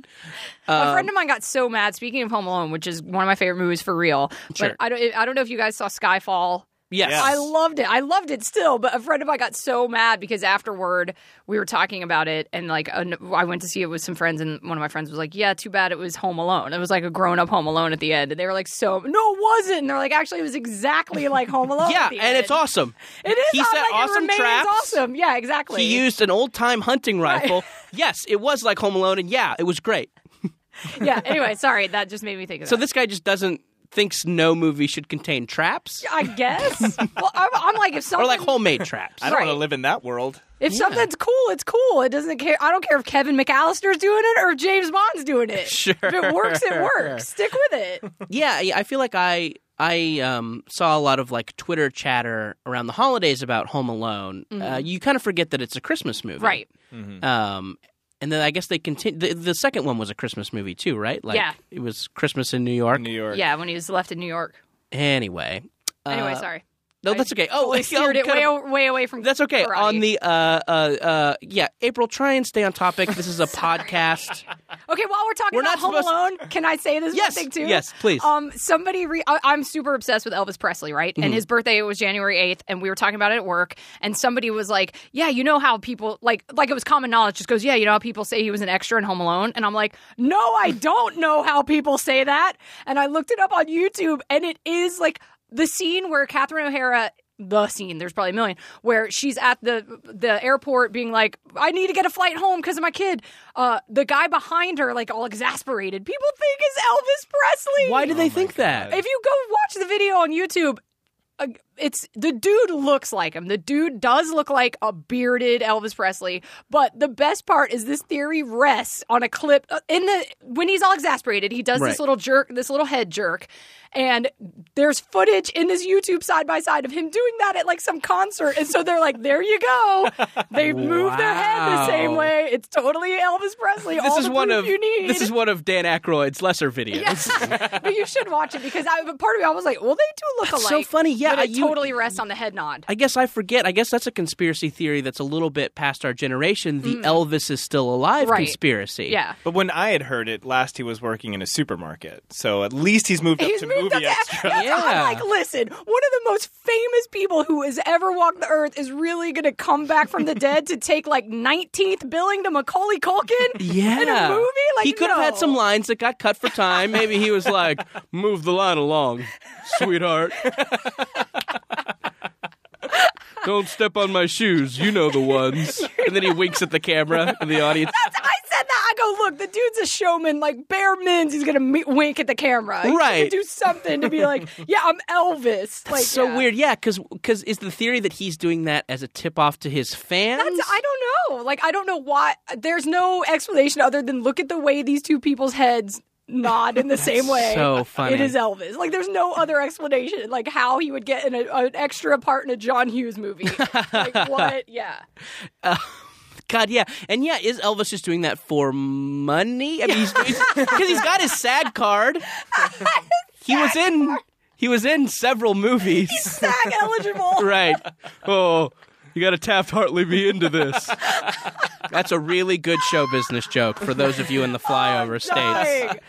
Speaker 3: a
Speaker 2: um,
Speaker 3: friend of mine got so mad. Speaking of Home Alone, which is one of my favorite movies for real,
Speaker 2: Sure.
Speaker 3: but I don't. I don't know if you guys saw Skyfall.
Speaker 2: Yes.
Speaker 4: Yeah.
Speaker 3: I loved it. I loved it still, but a friend of mine got so mad because afterward we were talking about it, and like an- I went to see it with some friends, and one of my friends was like, "Yeah, too bad it was Home Alone. It was like a grown-up Home Alone at the end." And they were like, "So no, it wasn't." And they're like, "Actually, it was exactly like Home Alone."
Speaker 2: yeah,
Speaker 3: at the
Speaker 2: and it's
Speaker 3: end."
Speaker 2: awesome.
Speaker 3: It is.
Speaker 2: He
Speaker 3: aw-
Speaker 2: set
Speaker 3: like, it
Speaker 2: awesome
Speaker 3: remains
Speaker 2: traps.
Speaker 3: Awesome. Yeah, exactly.
Speaker 2: He used an old time hunting rifle. yes, it was like Home Alone, and yeah, it was great.
Speaker 3: yeah. Anyway, sorry, that just made me think of
Speaker 2: So
Speaker 3: that.
Speaker 2: this guy just doesn't thinks no movie should contain traps
Speaker 3: I guess. well, I'm, I'm like, if something
Speaker 2: or like homemade traps.
Speaker 4: I don't want
Speaker 3: Right.
Speaker 4: to live in that world.
Speaker 3: If something's cool, it's cool. It doesn't care. I don't care if Kevin McAllister's doing it or if James Bond's doing it.
Speaker 2: Sure.
Speaker 3: If it works, it works. Stick with it.
Speaker 2: Yeah, I- I feel like I I um, saw a lot of like Twitter chatter around the holidays about Home Alone. Uh, you kind of forget that it's a Christmas movie,
Speaker 3: Mm-hmm. Right.
Speaker 2: Um, and then I guess they continue. The, the second one was a Christmas movie too, right? Like
Speaker 3: Yeah.
Speaker 2: it was Christmas in New York.
Speaker 4: New York.
Speaker 3: Yeah, when he was left in New York.
Speaker 2: Anyway,
Speaker 3: Anyway,
Speaker 2: uh,
Speaker 3: sorry.
Speaker 2: No, that's okay. Oh,
Speaker 3: I
Speaker 2: oh,
Speaker 3: steered it
Speaker 2: kind
Speaker 3: way,
Speaker 2: of-
Speaker 3: o- way away from
Speaker 2: That's okay.
Speaker 3: karate.
Speaker 2: On the uh uh uh yeah, April, try and stay on topic. This is a podcast.
Speaker 3: Okay, while we're talking
Speaker 2: We're not
Speaker 3: about Home
Speaker 2: supposed-
Speaker 3: Alone, can I say this
Speaker 2: Yes,
Speaker 3: one thing too?
Speaker 2: yes, please.
Speaker 3: Um, somebody, re- I- I'm super obsessed with Elvis Presley, right?
Speaker 2: Mm-hmm.
Speaker 3: And his birthday was January 8th, and we were talking about it at work, and somebody was like, "Yeah, you know how people like like it was common knowledge." Just goes, "Yeah, you know how people say he was an extra in Home Alone," and I'm like, "No, I don't know how people say that." And I looked it up on YouTube, and it is like the scene where Catherine O'Hara the scene. There's probably a million where she's at the the airport, being like, "I need to get a flight home because of my kid." Uh, the guy behind her, like all exasperated, people think is Elvis Presley.
Speaker 2: Why do they think that?
Speaker 3: If you go watch the video on YouTube, uh, it's the dude looks like him. The dude does look like a bearded Elvis Presley. But the best part is this theory rests on a clip uh, in the when he's all exasperated, he does
Speaker 2: Right.
Speaker 3: this little jerk, this little head jerk, and there's footage in this YouTube side by side of him doing that at like some concert. And so they're like, "There you go." They move their head the same
Speaker 2: Wow.
Speaker 3: way. It's totally Elvis Presley.
Speaker 2: this
Speaker 3: all
Speaker 2: is
Speaker 3: the
Speaker 2: one
Speaker 3: proof
Speaker 2: of
Speaker 3: you need.
Speaker 2: this is one of Dan Aykroyd's lesser videos.
Speaker 3: Yes. but you should watch it because I, but part of me, I was like, well, they do look
Speaker 2: That's so
Speaker 3: alike.
Speaker 2: funny. Yeah,
Speaker 3: but it
Speaker 2: you-
Speaker 3: totally rests on the head nod.
Speaker 2: I guess I forget. I guess that's a conspiracy theory that's a little bit past our generation. The Elvis is still alive
Speaker 3: Hmm. Right.
Speaker 2: conspiracy.
Speaker 3: yeah.
Speaker 4: But when I had heard it last, he was working in a supermarket. So at least he's moved up
Speaker 3: He's
Speaker 4: to
Speaker 3: moved up
Speaker 4: movie
Speaker 3: to
Speaker 4: extra.
Speaker 3: that's-
Speaker 2: Yeah.
Speaker 3: I'm like, listen, one of the most famous people who has ever walked the earth is really going to come back from the dead to take like 19th billing to Macaulay Culkin
Speaker 2: Yeah.
Speaker 3: in a movie? Like,
Speaker 2: he could have had
Speaker 3: no.
Speaker 2: some lines that got cut for time. Maybe he was like, move the line along, sweetheart. Don't step on my shoes. You know the ones. And then he winks at the camera and the audience.
Speaker 3: I said that. I go, look, the dude's a showman, like bare mins. He's gonna me- wink at the camera, He's gonna
Speaker 2: Right.
Speaker 3: do something to be like, yeah, I'm Elvis. Like,
Speaker 2: so
Speaker 3: yeah.
Speaker 2: weird. Yeah, because is the theory that he's doing that as a tip off to his fans?
Speaker 3: That's, I don't know. Like, I don't know why. There's no explanation other than look at the way these two people's heads nod in the same way.
Speaker 2: so funny.
Speaker 3: It is Elvis. Like, there's no other explanation. Like, how he would get in a, an extra part in a John Hughes movie. like, what? Yeah.
Speaker 2: God, yeah, and yeah, is Elvis just doing that for money? I mean, he's because he's got his SAG card. he was in. He was in several movies.
Speaker 3: SAG eligible.
Speaker 2: right. Oh, you got to Taft Hartley be into this. That's a really good show business joke for those of you in the
Speaker 3: Oh,
Speaker 2: flyover states. Um,
Speaker 3: Dying.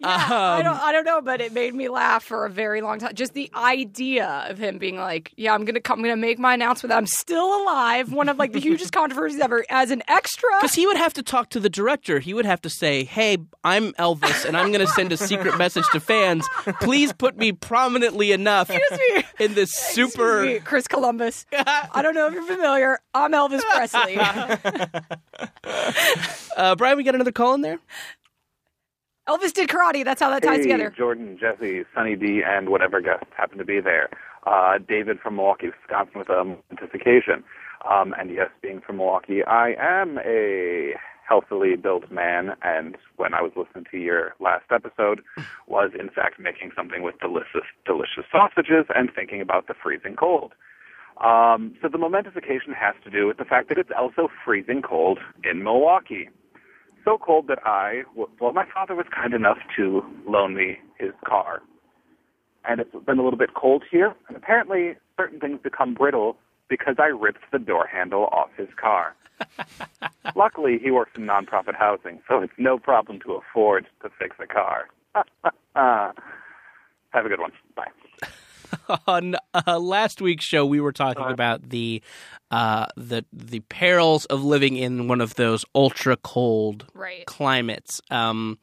Speaker 3: Yeah, I don't. I don't know, but it made me laugh for a very long time. Just the idea of him being like, "Yeah, I'm gonna come. I'm gonna make my announcement. that I'm still alive." One of like the hugest controversies ever. As an extra,
Speaker 2: Because he would have to talk to the director. He would have to say, "Hey, I'm Elvis, and I'm going to send a secret message to fans. Please put me prominently enough
Speaker 3: Excuse me.
Speaker 2: in this super."
Speaker 3: Excuse me, Chris Columbus. I don't know if you're familiar. I'm Elvis Presley.
Speaker 2: Uh, Brian, we got another call in there.
Speaker 3: Elvis did karate. That's how that ties
Speaker 7: Hey,
Speaker 3: together.
Speaker 7: Jordan, Jesse, Sunny D, and whatever guests happen to be there. Uh, David from Milwaukee, Wisconsin, with um, anticipation. Um, and yes, being from Milwaukee, I am a healthily built man. And when I was listening to your last episode, was in fact making something with delicious, delicious sausages and thinking about the freezing cold. Um, so the momentous occasion has to do with the fact that it's also freezing cold in Milwaukee so cold that I, well, my father was kind enough to loan me his car. And it's been a little bit cold here, and apparently certain things become brittle because I ripped the door handle off his car. Luckily, he works in nonprofit housing, so it's no problem to afford to fix a car. Have a good one. Bye.
Speaker 2: on uh, last week's show, we were talking about the uh, the the perils of living in one of those ultra cold
Speaker 3: Right.
Speaker 2: climates. Um,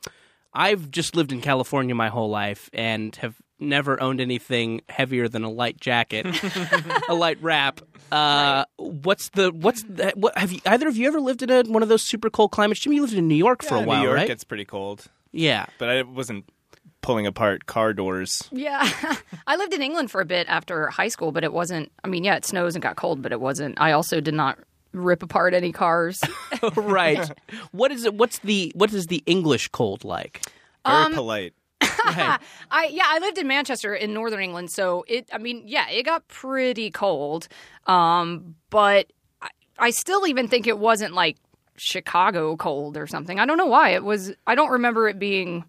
Speaker 2: I've just lived in California my whole life and have never owned anything heavier than a light jacket, a light wrap. Uh, What's the what's the, what have you either of you ever lived in a, one of those super cold climates? Jimmy, you lived in New York for
Speaker 4: Yeah,
Speaker 2: a while,
Speaker 4: New York
Speaker 2: right?
Speaker 4: gets pretty cold,
Speaker 2: yeah.
Speaker 4: but I wasn't pulling apart car doors.
Speaker 3: Yeah, I lived in England for a bit after high school, but it wasn't. I mean, yeah, it snows and got cold, but it wasn't. I also did not rip apart any cars.
Speaker 2: right. What is it? What's the what is the English cold like?
Speaker 4: Very
Speaker 3: Um,
Speaker 4: polite.
Speaker 3: uh,
Speaker 2: Right.
Speaker 3: I yeah, I lived in Manchester in northern England, so it. I mean, yeah, it got pretty cold, um, but I, I still even think it wasn't like Chicago cold or something. I don't know why it was. I don't remember it being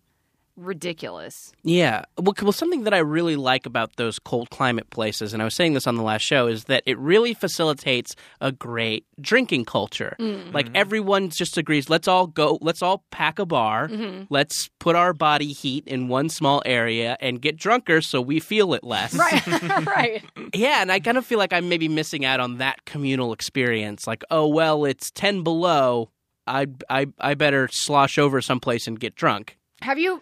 Speaker 3: ridiculous.
Speaker 2: Yeah. Well, c- well, something that I really like about those cold climate places, and I was saying this on the last show, is that it really facilitates a great drinking culture. Like everyone just agrees, let's all go, let's all pack a bar, let's put our body heat in one small area and get drunker so we feel it less.
Speaker 3: Right, right.
Speaker 2: Yeah, and I kind of feel like I'm maybe missing out on that communal experience. Like, oh well, it's ten below. I I I better slosh over someplace and get drunk.
Speaker 3: Have you?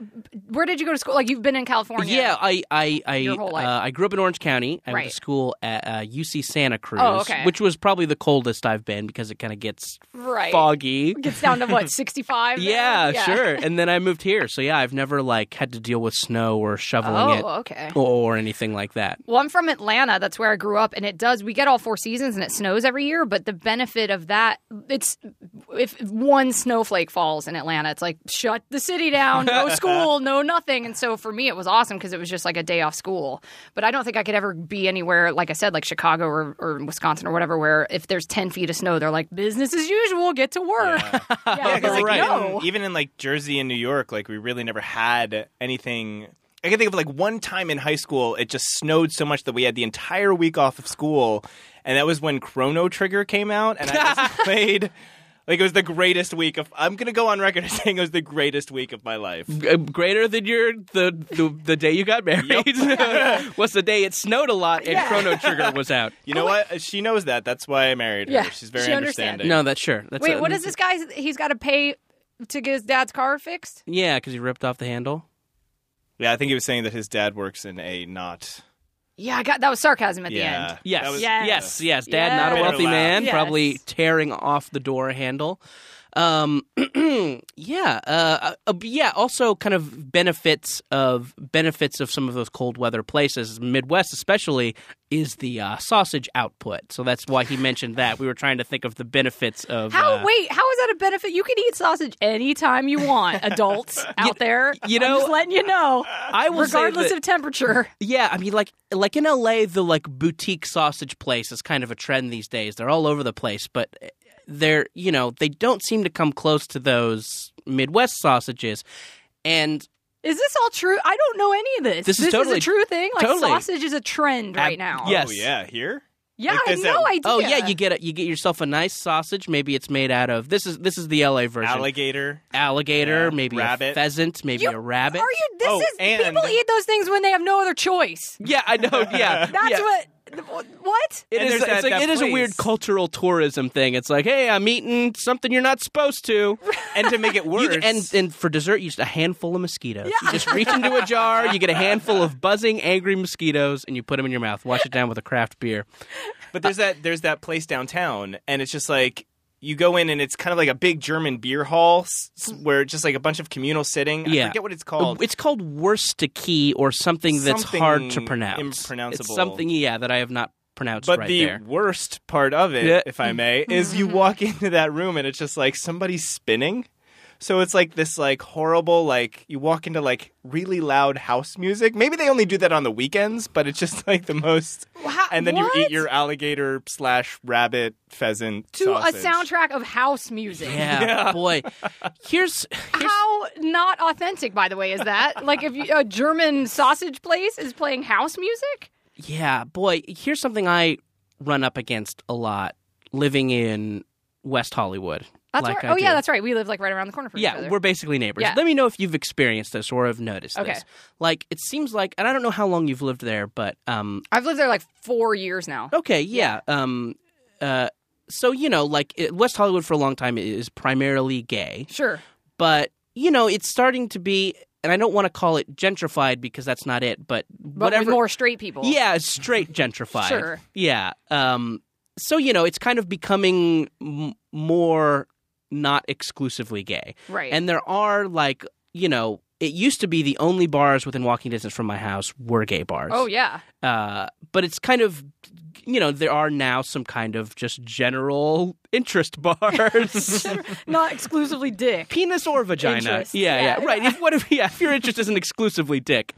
Speaker 3: Where did you go to school? Like you've been in California.
Speaker 2: Yeah, I I I,
Speaker 3: Your whole life.
Speaker 2: Uh, I grew up in Orange County. I went
Speaker 3: Right.
Speaker 2: to school at uh, UC Santa Cruz,
Speaker 3: Oh, okay.
Speaker 2: which was probably the coldest I've been because it kind of gets
Speaker 3: Right.
Speaker 2: foggy.
Speaker 3: Gets down to what sixty five.
Speaker 2: Yeah, sure. And then I moved here, so yeah, I've never like had to deal with snow or shoveling
Speaker 3: Oh,
Speaker 2: it
Speaker 3: okay.
Speaker 2: or, or anything like that.
Speaker 3: Well, I'm from Atlanta. That's where I grew up, and it does. We get all four seasons, and it snows every year. But the benefit of that, it's if one snowflake falls in Atlanta, it's like shut the city down, no school, no nothing. And so for me, it was awesome because it was just like a day off school. But I don't think I could ever be anywhere, like I said, like Chicago or, or Wisconsin or whatever, where if there's ten feet of snow, they're like business as usual, get to work. Yeah,
Speaker 4: Yeah,
Speaker 3: but
Speaker 4: because like mm,
Speaker 2: Right.
Speaker 4: even, even in like Jersey and New York, like we really never had anything. I can think of like one time in high school, it just snowed so much that we had the entire week off of school, and that was when Chrono Trigger came out, and I just played. Like it was the greatest week of. I'm gonna go on record as saying it was the greatest week of my life.
Speaker 2: G- Uh, Greater than your the the, the day you got married was the day it snowed a lot and Chrono Trigger was out.
Speaker 4: You know what? Uh, She knows that. That's why I married her.
Speaker 3: Oh, Yeah,
Speaker 4: She's very
Speaker 3: she understands.
Speaker 4: understanding.
Speaker 2: No, that's sure. That's
Speaker 3: Wait,
Speaker 2: a-
Speaker 3: what is this guy? He's got to pay to get his dad's car fixed.
Speaker 2: Yeah, because he ripped off the handle.
Speaker 4: Yeah, I think he was saying that his dad works in a not.
Speaker 3: Yeah, I got that was sarcasm at the end.
Speaker 4: yeah.
Speaker 2: Yes,
Speaker 4: That was-
Speaker 2: yes, yes, Dad, not a
Speaker 3: Yes.
Speaker 2: wealthy man,
Speaker 3: Yes.
Speaker 2: probably tearing off the door handle. Um, yeah, uh, uh, yeah. Also, kind of benefits of benefits of some of those cold weather places, Midwest especially, is the uh, sausage output. So that's why he mentioned that. We were trying to think of the benefits of
Speaker 3: How
Speaker 2: uh,
Speaker 3: wait? How is that a benefit? You can eat sausage anytime you want, adults out there.
Speaker 2: you
Speaker 3: I'm just
Speaker 2: know,
Speaker 3: letting you know,
Speaker 2: I will say
Speaker 3: regardless
Speaker 2: that-
Speaker 3: of temperature.
Speaker 2: Yeah, I mean, like like in LA, the like boutique sausage place is kind of a trend these days. They're all over the place, but eh, they're you know they don't seem to come close to those Midwest sausages. And
Speaker 3: Is this all true? I don't know any of this.
Speaker 2: This is
Speaker 3: a
Speaker 2: totally-
Speaker 3: true thing. Like
Speaker 2: totally.
Speaker 3: sausage is a trend right
Speaker 2: Ab-
Speaker 3: now.
Speaker 2: yes.
Speaker 4: Oh yeah, here.
Speaker 3: yeah,
Speaker 4: Like
Speaker 3: I
Speaker 4: this,
Speaker 3: have no
Speaker 4: uh,
Speaker 3: idea.
Speaker 2: oh yeah, you get a, you get yourself a nice sausage. Maybe it's made out of this is this is the LA version
Speaker 4: Alligator.
Speaker 2: alligator,
Speaker 4: Yeah,
Speaker 2: maybe a
Speaker 4: rabbit.
Speaker 2: pheasant, maybe
Speaker 3: You-
Speaker 2: a rabbit.
Speaker 3: Are you? This
Speaker 4: Oh,
Speaker 3: is
Speaker 4: and-
Speaker 3: people eat those things when they have no other choice.
Speaker 2: yeah, I know. Yeah,
Speaker 3: That's
Speaker 2: yeah.
Speaker 3: what. What?
Speaker 2: It
Speaker 4: And
Speaker 2: is,
Speaker 4: there's
Speaker 2: it's
Speaker 4: that-
Speaker 2: like,
Speaker 4: that
Speaker 2: it is a weird
Speaker 4: place.
Speaker 2: cultural tourism thing. It's like, hey, I'm eating something you're not supposed to.
Speaker 4: And to make it worse,
Speaker 2: You- and and for dessert, you just a handful of mosquitoes. You just reach into a jar, you get a handful of buzzing, angry mosquitoes, and you put them in your mouth. Wash it down with a craft beer.
Speaker 4: But there's that there's that place downtown, and it's just like you go in, and it's kind of like a big German beer hall s- s- where it's just like a bunch of communal sitting. I
Speaker 2: Yeah.
Speaker 4: forget what it's called.
Speaker 2: It's called Worsticky or something that's
Speaker 4: Something
Speaker 2: hard to pronounce. It's
Speaker 4: impronounceable.
Speaker 2: something, yeah, that I have not pronounced
Speaker 4: but
Speaker 2: right
Speaker 4: the
Speaker 2: there.
Speaker 4: worst part of it,
Speaker 2: Yeah.
Speaker 4: if I may, is you walk into that room and it's just like somebody's spinning. So it's like this like horrible like you walk into like really loud house music. Maybe they only do that on the weekends, but it's just like the most.
Speaker 3: Wow,
Speaker 4: And then you
Speaker 3: what?
Speaker 4: eat your alligator slash rabbit pheasant
Speaker 3: to
Speaker 4: sausage.
Speaker 3: a soundtrack of house music.
Speaker 2: yeah, boy. Here's
Speaker 3: How not authentic, by the way, is that? Like, if you, a German sausage place is playing house music,
Speaker 2: Yeah, boy, here's something I run up against a lot living in West Hollywood.
Speaker 3: that's
Speaker 2: like
Speaker 3: right.
Speaker 2: I
Speaker 3: Oh yeah,
Speaker 2: do.
Speaker 3: that's right. We live like right around the corner from
Speaker 2: yeah,
Speaker 3: each other.
Speaker 2: we're basically neighbors.
Speaker 3: Yeah.
Speaker 2: Let me know if you've experienced this or have noticed
Speaker 3: Okay.
Speaker 2: this. Like it seems like, and I don't know how long you've lived there, but um,
Speaker 3: I've lived there like four years now.
Speaker 2: okay, yeah, um, uh, so you know, like it, West Hollywood for a long time is primarily gay,
Speaker 3: Sure.
Speaker 2: but you know, it's starting to be, and I don't want to call it gentrified because that's not it, but,
Speaker 3: But with
Speaker 2: whatever.
Speaker 3: more straight people.
Speaker 2: Yeah, straight gentrified.
Speaker 3: Sure.
Speaker 2: Yeah. Um. So you know, it's kind of becoming m- more not exclusively gay.
Speaker 3: Right.
Speaker 2: And there are like, you know, it used to be the only bars within walking distance from my house were gay bars.
Speaker 3: Oh yeah.
Speaker 2: Uh, but it's kind of, you know, there are now some kind of just general interest bars.
Speaker 3: Not exclusively dick.
Speaker 2: Penis or vagina.
Speaker 3: Interest.
Speaker 2: Yeah, yeah,
Speaker 3: Yeah.
Speaker 2: right. If, what if, yeah, if your interest isn't exclusively dick.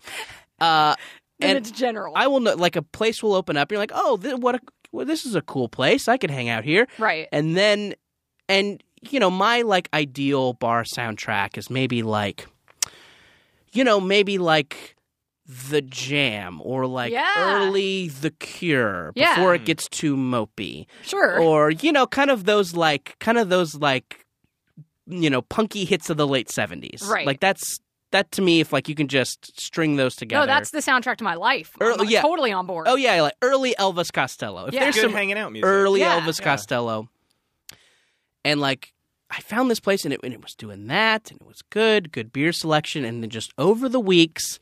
Speaker 2: Uh,
Speaker 3: And,
Speaker 2: and
Speaker 3: it's general.
Speaker 2: I will know, like a place will open up. You're like, oh, th- what a, well, this is a cool place. I could hang out here.
Speaker 3: right.
Speaker 2: And then, and you know, my like ideal bar soundtrack is maybe like, you know, maybe like the Jam or like
Speaker 3: Yeah.
Speaker 2: early The Cure
Speaker 3: Yeah.
Speaker 2: before it gets too mopey,
Speaker 3: Sure.
Speaker 2: or you know, kind of those like, kind of those like, you know, punky hits of the late seventies.
Speaker 3: Right.
Speaker 2: Like that's. That to me, if like you can just string those together.
Speaker 3: no, that's the soundtrack to my life.
Speaker 2: Earl-
Speaker 3: I'm
Speaker 2: yeah.
Speaker 3: totally on board.
Speaker 2: Oh yeah, like early Elvis Costello. If
Speaker 3: Yeah.
Speaker 2: there's
Speaker 4: Good
Speaker 2: some
Speaker 4: hanging out music.
Speaker 2: early
Speaker 3: Yeah.
Speaker 2: Elvis
Speaker 4: Yeah.
Speaker 2: Costello, and like I found this place and it, and it was doing that and it was good, good beer selection. And then just over the weeks,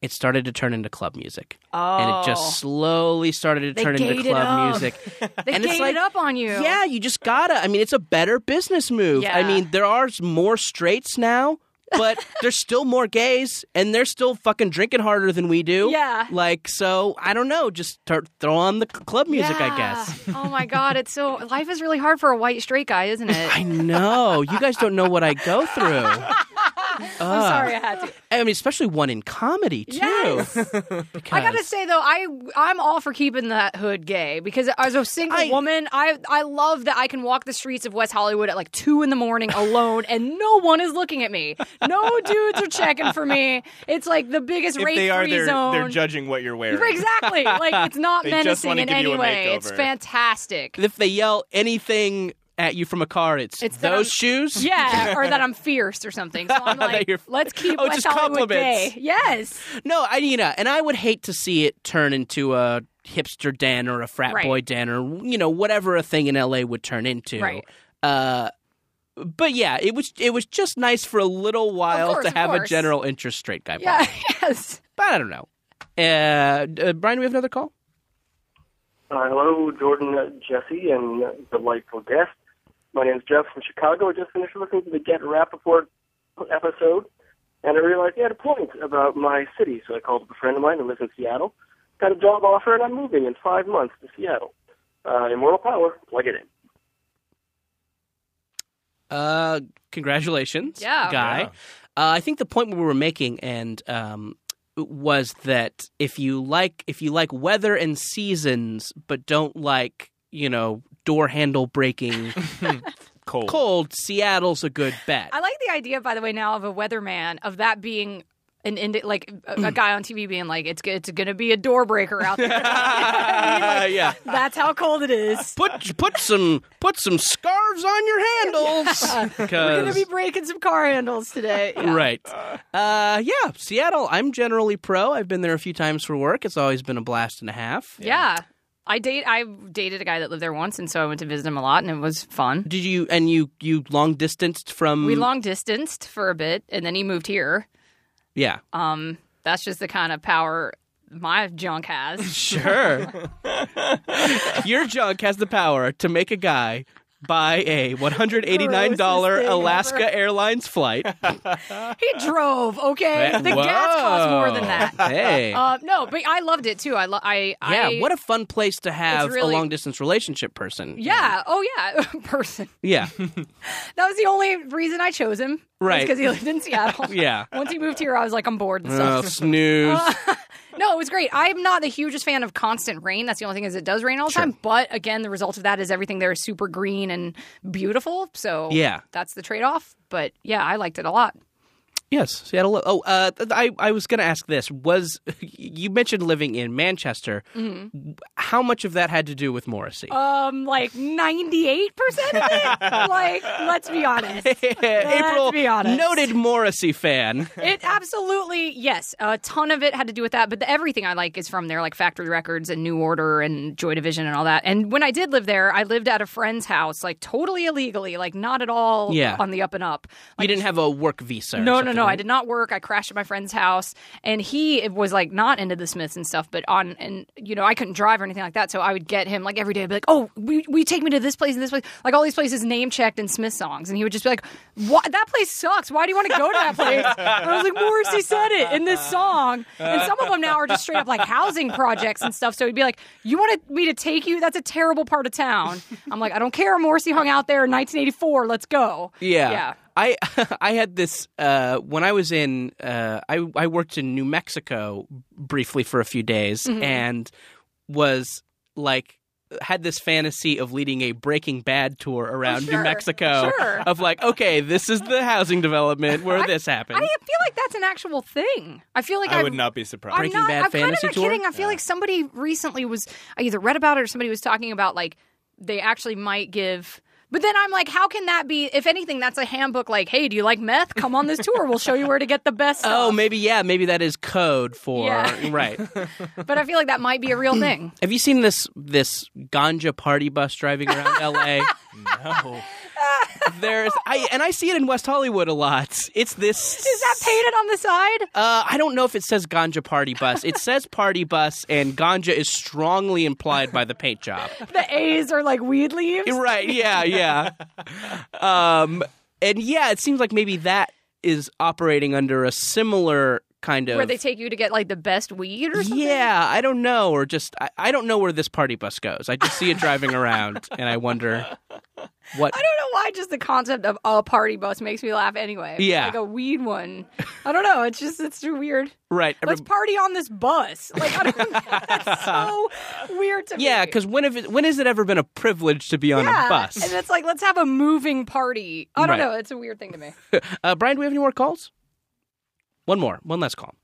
Speaker 2: it started to turn into club music. And it
Speaker 3: Oh.
Speaker 2: just slowly started to
Speaker 3: They
Speaker 2: turn into
Speaker 3: gate it
Speaker 2: club
Speaker 3: up.
Speaker 2: music.
Speaker 3: They
Speaker 2: And
Speaker 3: and
Speaker 2: it's like-
Speaker 3: up on you.
Speaker 2: Yeah, you just gotta. I mean, it's a better business move. I
Speaker 3: Yeah.
Speaker 2: mean, there are s- more straights now, but there's still more gays, and they're still fucking drinking harder than we do.
Speaker 3: Yeah.
Speaker 2: Like, so I don't know. Just start throw on the c- club music, I guess.
Speaker 3: Yeah. oh my God, it's so life is really hard for a white straight guy, isn't it?
Speaker 2: I know. You guys don't know what I go through.
Speaker 3: I'm sorry, I had to.
Speaker 2: I mean, especially one in comedy too.
Speaker 3: Yes. I gotta
Speaker 2: Because-
Speaker 3: say though, I I'm all for keeping that hood gay because as a single
Speaker 2: I-
Speaker 3: woman, I I love that I can walk the streets of West Hollywood at like two in the morning alone, and no one is looking at me. No dudes are checking for me. It's like the biggest
Speaker 4: If
Speaker 3: rape
Speaker 4: they are,
Speaker 3: free
Speaker 4: they're,
Speaker 3: zone.
Speaker 4: they're judging what you're wearing.
Speaker 3: Exactly. Like it's not
Speaker 4: They just
Speaker 3: menacing
Speaker 4: wanna
Speaker 3: in
Speaker 4: give you
Speaker 3: any
Speaker 4: a
Speaker 3: way. It's
Speaker 4: makeover.
Speaker 3: fantastic.
Speaker 2: if they yell anything at you from a car, it's,
Speaker 3: It's that
Speaker 2: those
Speaker 3: I'm-
Speaker 2: shoes.
Speaker 3: Yeah, or that I'm fierce or something. So I'm
Speaker 2: That
Speaker 3: like,
Speaker 2: you're-
Speaker 3: let's keep
Speaker 2: Oh,
Speaker 3: West
Speaker 2: just
Speaker 3: Hollywood
Speaker 2: compliments.
Speaker 3: gay. Yes.
Speaker 2: No, I you know, and I would hate to see it turn into a hipster den or a frat
Speaker 3: Right.
Speaker 2: boy den or you know whatever a thing in LA would turn into.
Speaker 3: Right.
Speaker 2: Uh, but yeah, it was it was just nice for a little while
Speaker 3: course,
Speaker 2: to
Speaker 3: of
Speaker 2: have a
Speaker 3: course.
Speaker 2: general interest straight guy.
Speaker 3: Yeah.
Speaker 2: bar.
Speaker 3: Yes.
Speaker 2: but I don't know. Uh, uh, Brian, do we have another call?
Speaker 8: Uh, hello, Jordan, uh, Jesse, and uh, delightful guest. My name's Jeff from Chicago. I just finished listening to the Get Rappaport episode, and I realized he had a point about my city, so I called up a friend of mine who lives in Seattle. Got a job offer, and I'm moving in five months to Seattle. Uh, Immortal Power, plug it in.
Speaker 2: Uh, congratulations,
Speaker 3: Yeah.
Speaker 2: guy.
Speaker 4: Yeah.
Speaker 2: Uh, I think the point we were making and um, was that if you like if you like weather and seasons, but don't like you know door handle breaking
Speaker 4: Cold.
Speaker 2: cold, Seattle's a good bet.
Speaker 3: I like the idea, by the way, now of a weatherman of that being an indi- like a, a guy on TV being like, it's g- it's gonna be a door breaker out there. You know what I mean? Like,
Speaker 2: yeah.
Speaker 3: That's how cold it is.
Speaker 2: Put put some put some scarves on your handles.
Speaker 3: We're gonna
Speaker 2: 'cause-
Speaker 3: be breaking some car handles today. Yeah.
Speaker 2: Right. Uh, yeah, Seattle. I'm generally pro. I've been there a few times for work. It's always been a blast and a half.
Speaker 3: Yeah. I date. I dated a guy that lived there once, and so I went to visit him a lot, and it was fun.
Speaker 2: Did you and you you long distanced from?
Speaker 3: We long distanced for a bit, and then he moved here.
Speaker 2: Yeah.
Speaker 3: Um, that's just the kind of power my junk has.
Speaker 2: Sure. Your junk has the power to make a guy buy a $189 Alaska Airlines flight.
Speaker 3: he drove. Okay, the gas costs more than that.
Speaker 2: Hey.
Speaker 3: Uh, no, but I loved it too. I, lo- I,
Speaker 2: yeah,
Speaker 3: I,
Speaker 2: what a fun place to have
Speaker 3: really-
Speaker 2: a long distance relationship person.
Speaker 3: yeah, oh yeah, person.
Speaker 2: Yeah.
Speaker 3: That was the only reason I chose him.
Speaker 2: Right.
Speaker 3: because he lived in Seattle.
Speaker 2: Yeah.
Speaker 3: Once he moved here, I was like, I'm bored and
Speaker 2: Oh,
Speaker 3: stuff.
Speaker 2: snooze.
Speaker 3: Uh. no, it was great. I'm not the hugest fan of constant rain. That's the only thing is it does rain all the time. But again, the result of that is everything there is super green and beautiful. So
Speaker 2: Yeah.
Speaker 3: that's the trade off. But yeah, I liked it a lot.
Speaker 2: Yes, Seattle. Oh, uh, th- I I was going to ask this. Was you mentioned living in Manchester?
Speaker 3: Mm-hmm.
Speaker 2: How much of that had to do with Morrissey?
Speaker 3: Um, like 98% of it? like, let's be honest.
Speaker 2: April,
Speaker 3: be honest.
Speaker 2: noted Morrissey fan.
Speaker 3: It absolutely yes. A ton of it had to do with that, but the, everything I like is from there, like Factory Records and New Order and Joy Division and all that. And when I did live there, I lived at a friend's house, like totally illegally, like not at all
Speaker 2: Yeah.
Speaker 3: on the up and up.
Speaker 2: you didn't have a work visa. or
Speaker 3: No, no,
Speaker 2: something,
Speaker 3: no. I
Speaker 2: right?
Speaker 3: did not work. I crashed at my friend's house, and he was like not into the Smiths and stuff. But on and you know I couldn't drive or anything like that, so I would get him like every day. I'd be like, oh, we we take me to this place and this place, like all these places name checked and Smith songs, and he would just be like, what? That place sucks. Why do you want to go to that place? and I was like, Morrissey said it in this song, and some of them now are just straight up like housing projects and stuff. So he'd be like, you wanted me to take you? That's a terrible part of town. I'm like, I don't care. Morrissey hung out there in 1984. Let's go.
Speaker 2: Yeah.
Speaker 3: Yeah.
Speaker 2: I I had this uh, when I was in uh, I I worked in New Mexico briefly for a few days
Speaker 3: Mm-hmm.
Speaker 2: and was like had this fantasy of leading a Breaking Bad tour around New
Speaker 3: Oh, sure.
Speaker 2: Mexico
Speaker 3: Sure.
Speaker 2: of like okay this is the housing development where this happened.
Speaker 3: I feel like that's an actual thing. I feel like
Speaker 4: I
Speaker 3: I've-
Speaker 4: would not be surprised.
Speaker 3: I'm
Speaker 2: Breaking
Speaker 3: not.
Speaker 2: Bad
Speaker 3: I'm kind of
Speaker 2: fantasy
Speaker 3: not
Speaker 2: tour?
Speaker 3: kidding. I feel like somebody recently was. I either read about it or somebody was talking about like they actually might give. But then I'm like, how can that be? If anything, that's a handbook. Like, hey, do you like meth? Come on this tour. We'll show you where to get the best.
Speaker 2: oh
Speaker 3: stuff.
Speaker 2: maybe yeah maybe that is code for
Speaker 3: Yeah.
Speaker 2: right.
Speaker 3: but I feel like that might be a real thing.
Speaker 2: Have you seen this this ganja party bus driving around L.A.?
Speaker 4: No.
Speaker 2: there's I and I see it in West Hollywood a lot. It's this.
Speaker 3: Is that painted on the side?
Speaker 2: Uh, I don't know if it says ganja party bus. It says party bus, and ganja is strongly implied by the paint job.
Speaker 3: The A's are like weed leaves.
Speaker 2: Right? Yeah, yeah. Um, and yeah, it seems like maybe that is operating under a similar kind of
Speaker 3: Where they take you to get like the best weed or something?
Speaker 2: Yeah, I don't know, or just I, I don't know where this party bus goes. I just see it driving around, and I wonder what.
Speaker 3: I don't know why just the concept of a party bus makes me laugh anyway.
Speaker 2: Yeah.
Speaker 3: Like a weed one. I don't know. It's just, it's too weird.
Speaker 2: Right.
Speaker 3: Let's party on this bus. Like, I don't That's so weird to me.
Speaker 2: yeah, because when have it, when has it ever been a privilege to be on
Speaker 3: yeah.
Speaker 2: a
Speaker 3: And
Speaker 2: bus?
Speaker 3: it's like, let's have a moving party. I don't
Speaker 2: Right.
Speaker 3: know. It's a weird thing to me.
Speaker 2: uh, Brian, do we have any more calls? One more, one last call.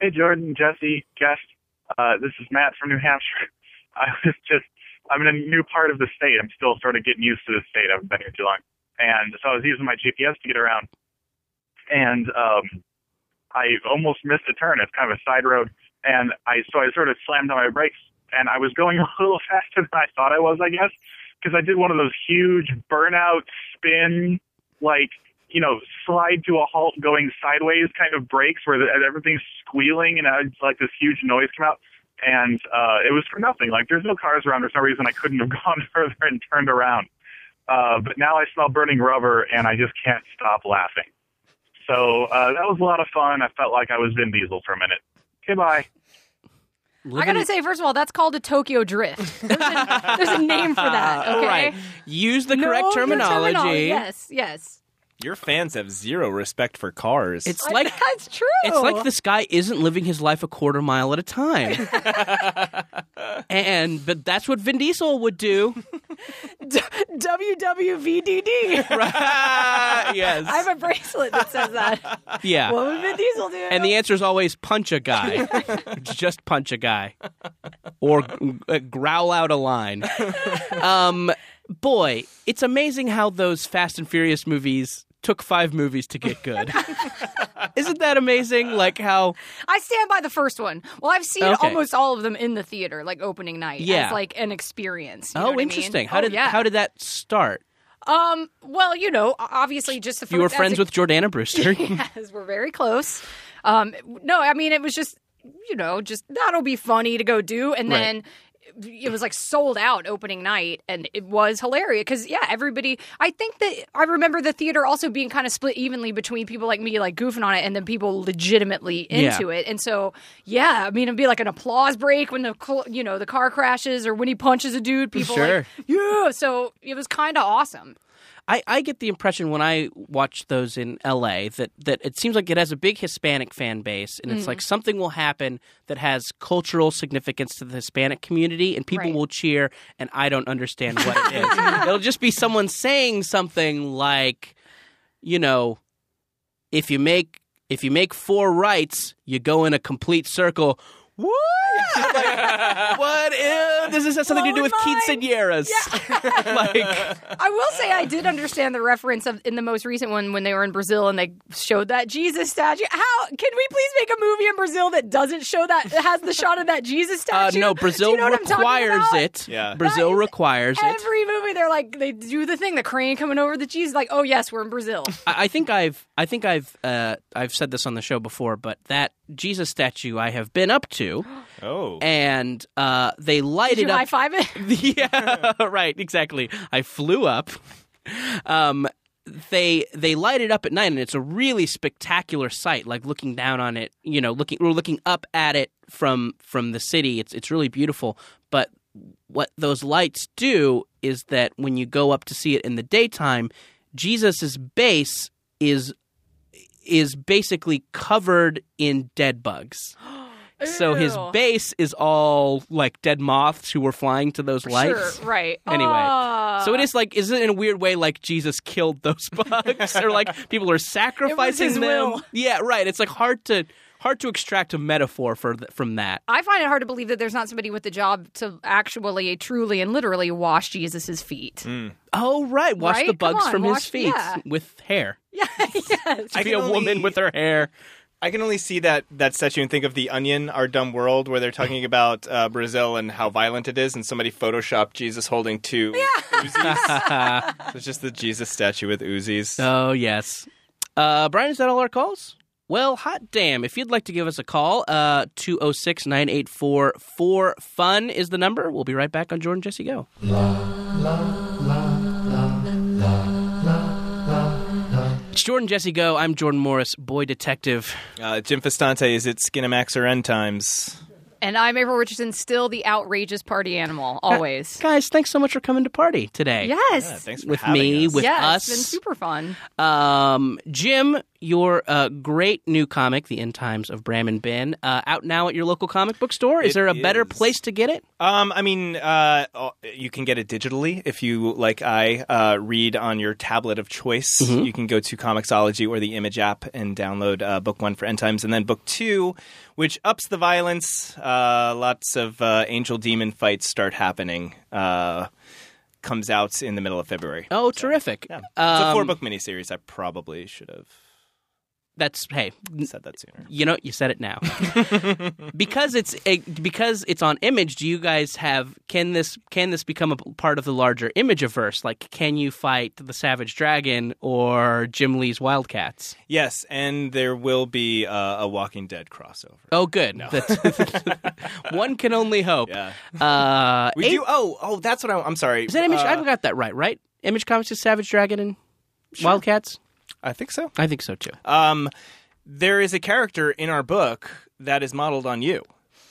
Speaker 9: Hey, Jordan, Jesse, guest. Uh, this is Matt from New Hampshire. I was just, I'm in a new part of the state. I'm still sort of getting used to the state. I haven't been here too long. And so I was using my GPS to get around. And um, I almost missed a turn. It's kind of a side road. And I so I sort of slammed on my brakes. And I was going a little faster than I thought I was, I guess, because I did one of those huge burnout spin, like you know, slide to a halt going sideways kind of breaks where the, everything's squealing and uh, it's like this huge noise come out. And uh, it was for nothing. Like there's no cars around. For some reason, I couldn't have gone further and turned around. Uh, but now I smell burning rubber and I just can't stop laughing. So uh, that was a lot of fun. I felt like I was Vin Diesel for a minute. Okay, bye.
Speaker 3: I gotta say, first of all, that's called a Tokyo drift. There's a, there's a name for that.
Speaker 2: All
Speaker 3: Okay?
Speaker 2: right. Use the
Speaker 3: Know
Speaker 2: correct
Speaker 3: your
Speaker 2: terminology.
Speaker 3: Yes, yes.
Speaker 4: Your fans have zero respect for cars.
Speaker 2: It's like
Speaker 3: that's true.
Speaker 2: it's like this guy isn't living his life a quarter mile at a time. and but that's what Vin Diesel would do.
Speaker 3: D- WWVDD.
Speaker 2: yes.
Speaker 3: I have a bracelet that says that.
Speaker 2: yeah.
Speaker 3: What would Vin Diesel do?
Speaker 2: and the answer is always punch a guy. Just punch a guy. Or g- uh, growl out a line. Um, boy, it's amazing how those Fast and Furious movies took five movies to get good. Isn't that amazing? Like how.
Speaker 3: I stand by the first one. Well, I've seen
Speaker 2: Okay.
Speaker 3: almost all of them in the theater, like opening night.
Speaker 2: Yeah.
Speaker 3: as like an experience. you know
Speaker 2: Oh,
Speaker 3: what I mean?
Speaker 2: interesting. How
Speaker 3: Oh,
Speaker 2: did
Speaker 3: yeah.
Speaker 2: how did that start?
Speaker 3: Um. Well, you know, obviously, just the first.
Speaker 2: You were
Speaker 3: Oh, as
Speaker 2: friends
Speaker 3: a
Speaker 2: with Jordana Brewster.
Speaker 3: Yes, we're very close. Um, no, I mean it was just you know just that'll be funny to go do, and
Speaker 2: Right.
Speaker 3: then. It was like sold out opening night, and it was hilarious because yeah, everybody. I think that I remember the theater also being kind of split evenly between people like me, like goofing on it, and then people legitimately
Speaker 2: Yeah.
Speaker 3: into it. And so yeah, I mean it'd be like an applause break when the cl- you know the car crashes or when he punches a dude. People
Speaker 2: Sure.
Speaker 3: like yeah, so it was kind of awesome.
Speaker 2: I, I get the impression when I watch those in LA that, that it seems like it has a big Hispanic fan base, and it's
Speaker 3: Mm.
Speaker 2: like something will happen that has cultural significance to the Hispanic community, and people
Speaker 3: Right.
Speaker 2: will cheer, and I don't understand what it is. It'll just be someone saying something like, you know, if you make if you make four rights, you go in a complete circle. What? Like, what? Ew, this has something to do
Speaker 3: Blowing
Speaker 2: with quinceañeras. like,
Speaker 3: I will say
Speaker 2: Uh.
Speaker 3: I did understand the reference of in the most recent one when they were in Brazil and they showed that Jesus statue. How can we please make a movie in Brazil that doesn't show that that has the shot of that Jesus
Speaker 2: Uh,
Speaker 3: statue?
Speaker 2: no,
Speaker 3: Do
Speaker 2: Brazil
Speaker 3: you know what I'm talking
Speaker 2: requires
Speaker 3: about?
Speaker 2: it.
Speaker 4: Yeah.
Speaker 2: Brazil
Speaker 3: That is
Speaker 2: requires it.
Speaker 3: Every movie they're like they do the thing, the crane coming over the Jesus, like, oh yes, we're in Brazil.
Speaker 2: I I think I've I think I've uh, I've said this on the show before, but that Jesus statue I have been up to,
Speaker 4: oh.
Speaker 2: and uh, they lighted
Speaker 3: Did you
Speaker 2: up.
Speaker 3: high five it?
Speaker 2: yeah, right, exactly. I flew up. Um, they they light it up at night, and it's a really spectacular sight. Like looking down on it, you know, looking we're looking up at it from from the city. It's it's really beautiful. But what those lights do is that when you go up to see it in the daytime, Jesus's base is is basically covered in dead bugs. So his
Speaker 3: Ew.
Speaker 2: base is all like dead moths who were flying to those lights.
Speaker 3: Sure, right.
Speaker 2: Anyway,
Speaker 3: Ah.
Speaker 2: So it is like, is it in a weird way like Jesus killed those bugs, or like people are sacrificing
Speaker 3: his
Speaker 2: them?
Speaker 3: will.
Speaker 2: Yeah, right. It's like hard to hard to extract a metaphor for th- from that.
Speaker 3: I find it hard to believe that there's not somebody with the job to actually, truly, and literally wash Jesus' feet.
Speaker 2: Oh, right. Wash the
Speaker 3: Right? Come
Speaker 2: bugs
Speaker 3: on,
Speaker 2: from
Speaker 3: wash-
Speaker 2: his feet
Speaker 3: yeah.
Speaker 2: with hair.
Speaker 3: Yeah, yes.
Speaker 2: To
Speaker 4: I
Speaker 2: be
Speaker 4: can
Speaker 2: a woman
Speaker 4: only-
Speaker 2: with her hair.
Speaker 4: I can only see that that statue and think of the Onion, Our Dumb World, where they're talking about uh, Brazil and how violent it is, and somebody photoshopped Jesus holding two Uzis. so it's just the Jesus statue with Uzis.
Speaker 2: Oh yes. Uh, Brian, is that all our calls? Well, hot damn. If you'd like to give us a call, uh, 206 984 4FUN is the number. We'll be right back on Jordan Jesse Go. It's Jordan Jesse Go. I'm Jordan Morris, boy detective.
Speaker 4: Uh, Jim Festante, is it Skinamax or End Times?
Speaker 3: And I'm April Richardson, still the outrageous party animal, always.
Speaker 2: Guys, thanks so much for coming to party today.
Speaker 3: Yes.
Speaker 2: with me, with
Speaker 3: yeah,
Speaker 2: us.
Speaker 3: It's been super fun.
Speaker 2: Um, Jim, your uh, great new comic, The End Times of Bram and Ben, uh, out now at your local comic book store. Is
Speaker 4: It
Speaker 2: there a better
Speaker 4: is.
Speaker 2: place to get it?
Speaker 4: Um, I mean, uh, uh, you can get it digitally if you, like I, uh, read on your tablet of choice.
Speaker 2: Mm-hmm.
Speaker 4: You can go to Comixology or the Image app and download uh, Book One for End Times, and then Book Two, which ups the violence. Uh, lots of uh, angel demon fights start happening. Uh, comes out in the middle of February.
Speaker 2: Oh, terrific.
Speaker 4: Yeah. It's
Speaker 2: Um,
Speaker 4: a four book miniseries. I probably should have
Speaker 2: That's hey,
Speaker 4: said that sooner.
Speaker 2: you know, you said it now. because it's a, because it's on Image. Do you guys have can this can this become a part of the larger Imageverse? Like, can you fight the Savage Dragon or Jim Lee's Wildcats?
Speaker 4: Yes, and there will be uh, a Walking Dead crossover.
Speaker 2: Oh, good. That's- one can only hope. Uh,
Speaker 4: We
Speaker 2: eight-
Speaker 4: do. Oh, oh, that's what I, I'm sorry.
Speaker 2: Is that Image?
Speaker 4: Uh,
Speaker 2: I've got that right, right? Image Comics is Savage Dragon and Wildcats.
Speaker 4: I think so.
Speaker 2: I think so too.
Speaker 4: Um, there is a character in our book that is modeled on you.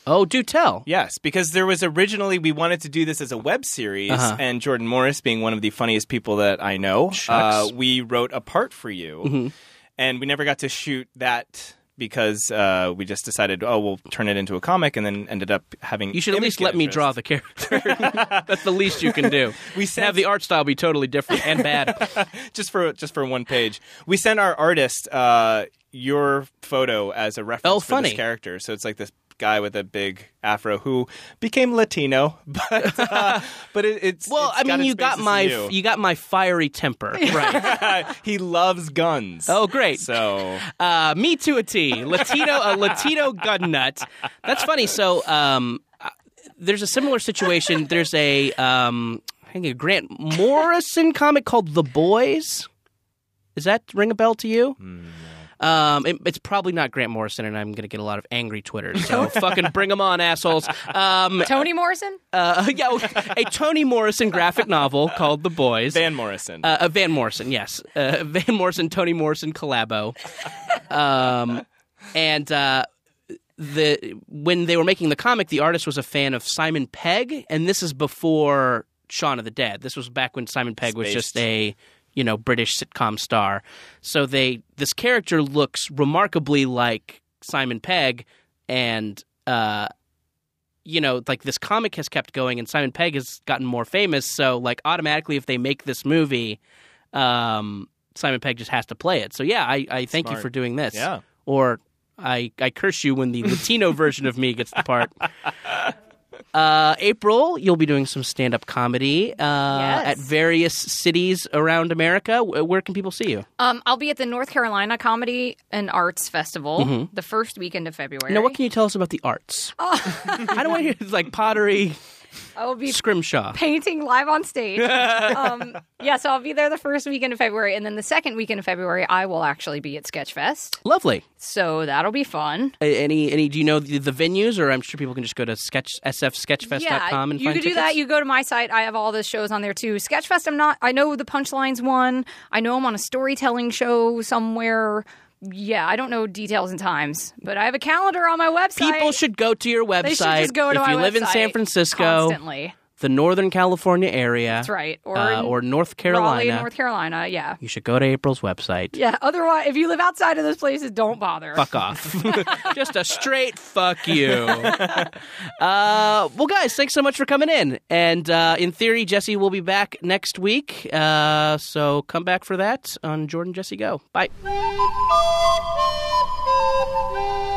Speaker 2: oh, do tell.
Speaker 4: Yes, because there was originally we wanted to do this as a web series,
Speaker 2: Uh-huh.
Speaker 4: and Jordan Morris, being one of the funniest people that I know, uh,
Speaker 2: Shucks. Mm-hmm.
Speaker 4: we wrote a part for you, and we never got to shoot that because uh, we just decided, oh, we'll turn it into a comic, and then ended up having.
Speaker 2: You should at
Speaker 4: image
Speaker 2: least
Speaker 4: get
Speaker 2: let me
Speaker 4: interest.
Speaker 2: draw the character. That's the least you can do.
Speaker 4: We sent-
Speaker 2: have the art style be totally different and bad.
Speaker 4: just for just for one page. We sent our artist uh, your photo as a reference
Speaker 2: Oh,
Speaker 4: for
Speaker 2: funny.
Speaker 4: this character. So it's like this guy with a big afro who became Latino, but uh, but it, it's
Speaker 2: Well,
Speaker 4: it's
Speaker 2: I mean,
Speaker 4: its
Speaker 2: you got
Speaker 4: basis in
Speaker 2: my
Speaker 4: you.
Speaker 2: you got my fiery temper, right?
Speaker 4: he loves guns.
Speaker 2: Oh, great.
Speaker 4: So
Speaker 2: Uh, me to a T, Latino, a Latino gun nut. That's funny. So, um, uh, there's a similar situation. There's a um, I think a Grant Morrison comic called The Boys. Does that ring a bell to you? Um, it- it's probably not Grant Morrison, and I'm going to get a lot of angry Twitter. So fucking bring them on, assholes. Um,
Speaker 3: Tony Morrison?
Speaker 2: uh, yeah, a Toni Morrison graphic novel called The Boys.
Speaker 4: Van Morrison.
Speaker 2: Uh, uh, Van Morrison, yes. Uh, Van Morrison, Tony Morrison collabo. Um, and uh, the when they were making the comic, the artist was a fan of Simon Pegg, and this is before Shaun of the Dead. This was back when Simon Pegg was
Speaker 4: Spaced.
Speaker 2: just a you know British sitcom star. So they this character looks remarkably like Simon Pegg, and uh, you know, like this comic has kept going and Simon Pegg has gotten more famous. So, like, automatically, if they make this movie, um, Simon Pegg just has to play it. So, yeah, I, I thank you
Speaker 4: Smart.
Speaker 2: for doing this.
Speaker 4: Yeah.
Speaker 2: Or I, I curse you when the Latino version of me gets the part. Uh, April, you'll be doing some stand up comedy uh,
Speaker 3: Yes.
Speaker 2: at various cities around America. Wh- Where can people see you?
Speaker 3: Um, I'll be at the North Carolina Comedy and Arts Festival
Speaker 2: Mhm.
Speaker 3: the first weekend of February.
Speaker 2: Now, what can you tell us about the arts? I don't want to hear like pottery,
Speaker 3: I will be
Speaker 2: scrimshaw.
Speaker 3: painting live on stage. um, yeah, so I'll be there the first weekend of February. And then the second weekend of February, I will actually be at Sketchfest.
Speaker 2: Lovely.
Speaker 3: So that'll be fun.
Speaker 2: A- Any, any? Do you know the, the venues, or I'm sure people can just go to sketch sfsketchfest.com and
Speaker 3: you
Speaker 2: find
Speaker 3: can do
Speaker 2: tickets?
Speaker 3: that. You go to my site. I have all the shows on there too. Sketchfest. I'm not. I know the punchlines one. I know I'm on a storytelling show somewhere. Yeah, I don't know details and times, but I have a calendar on my website.
Speaker 2: People should go to your website.
Speaker 3: They should just go to
Speaker 2: if
Speaker 3: my
Speaker 2: you live in
Speaker 3: website
Speaker 2: San Francisco,
Speaker 3: constantly.
Speaker 2: the Northern California area,
Speaker 3: That's right. Or
Speaker 2: uh,
Speaker 3: in
Speaker 2: or North
Speaker 3: Raleigh,
Speaker 2: Carolina,
Speaker 3: North Carolina. Yeah,
Speaker 2: you should go to April's website.
Speaker 3: yeah. Otherwise, if you live outside of those places, don't bother.
Speaker 2: Fuck off. just a straight fuck you. uh, well, guys, thanks so much for coming in. And uh, in theory, Jesse will be back next week. Uh, so come back for that on Jordan Jesse Go. Bye.
Speaker 1: Thank you.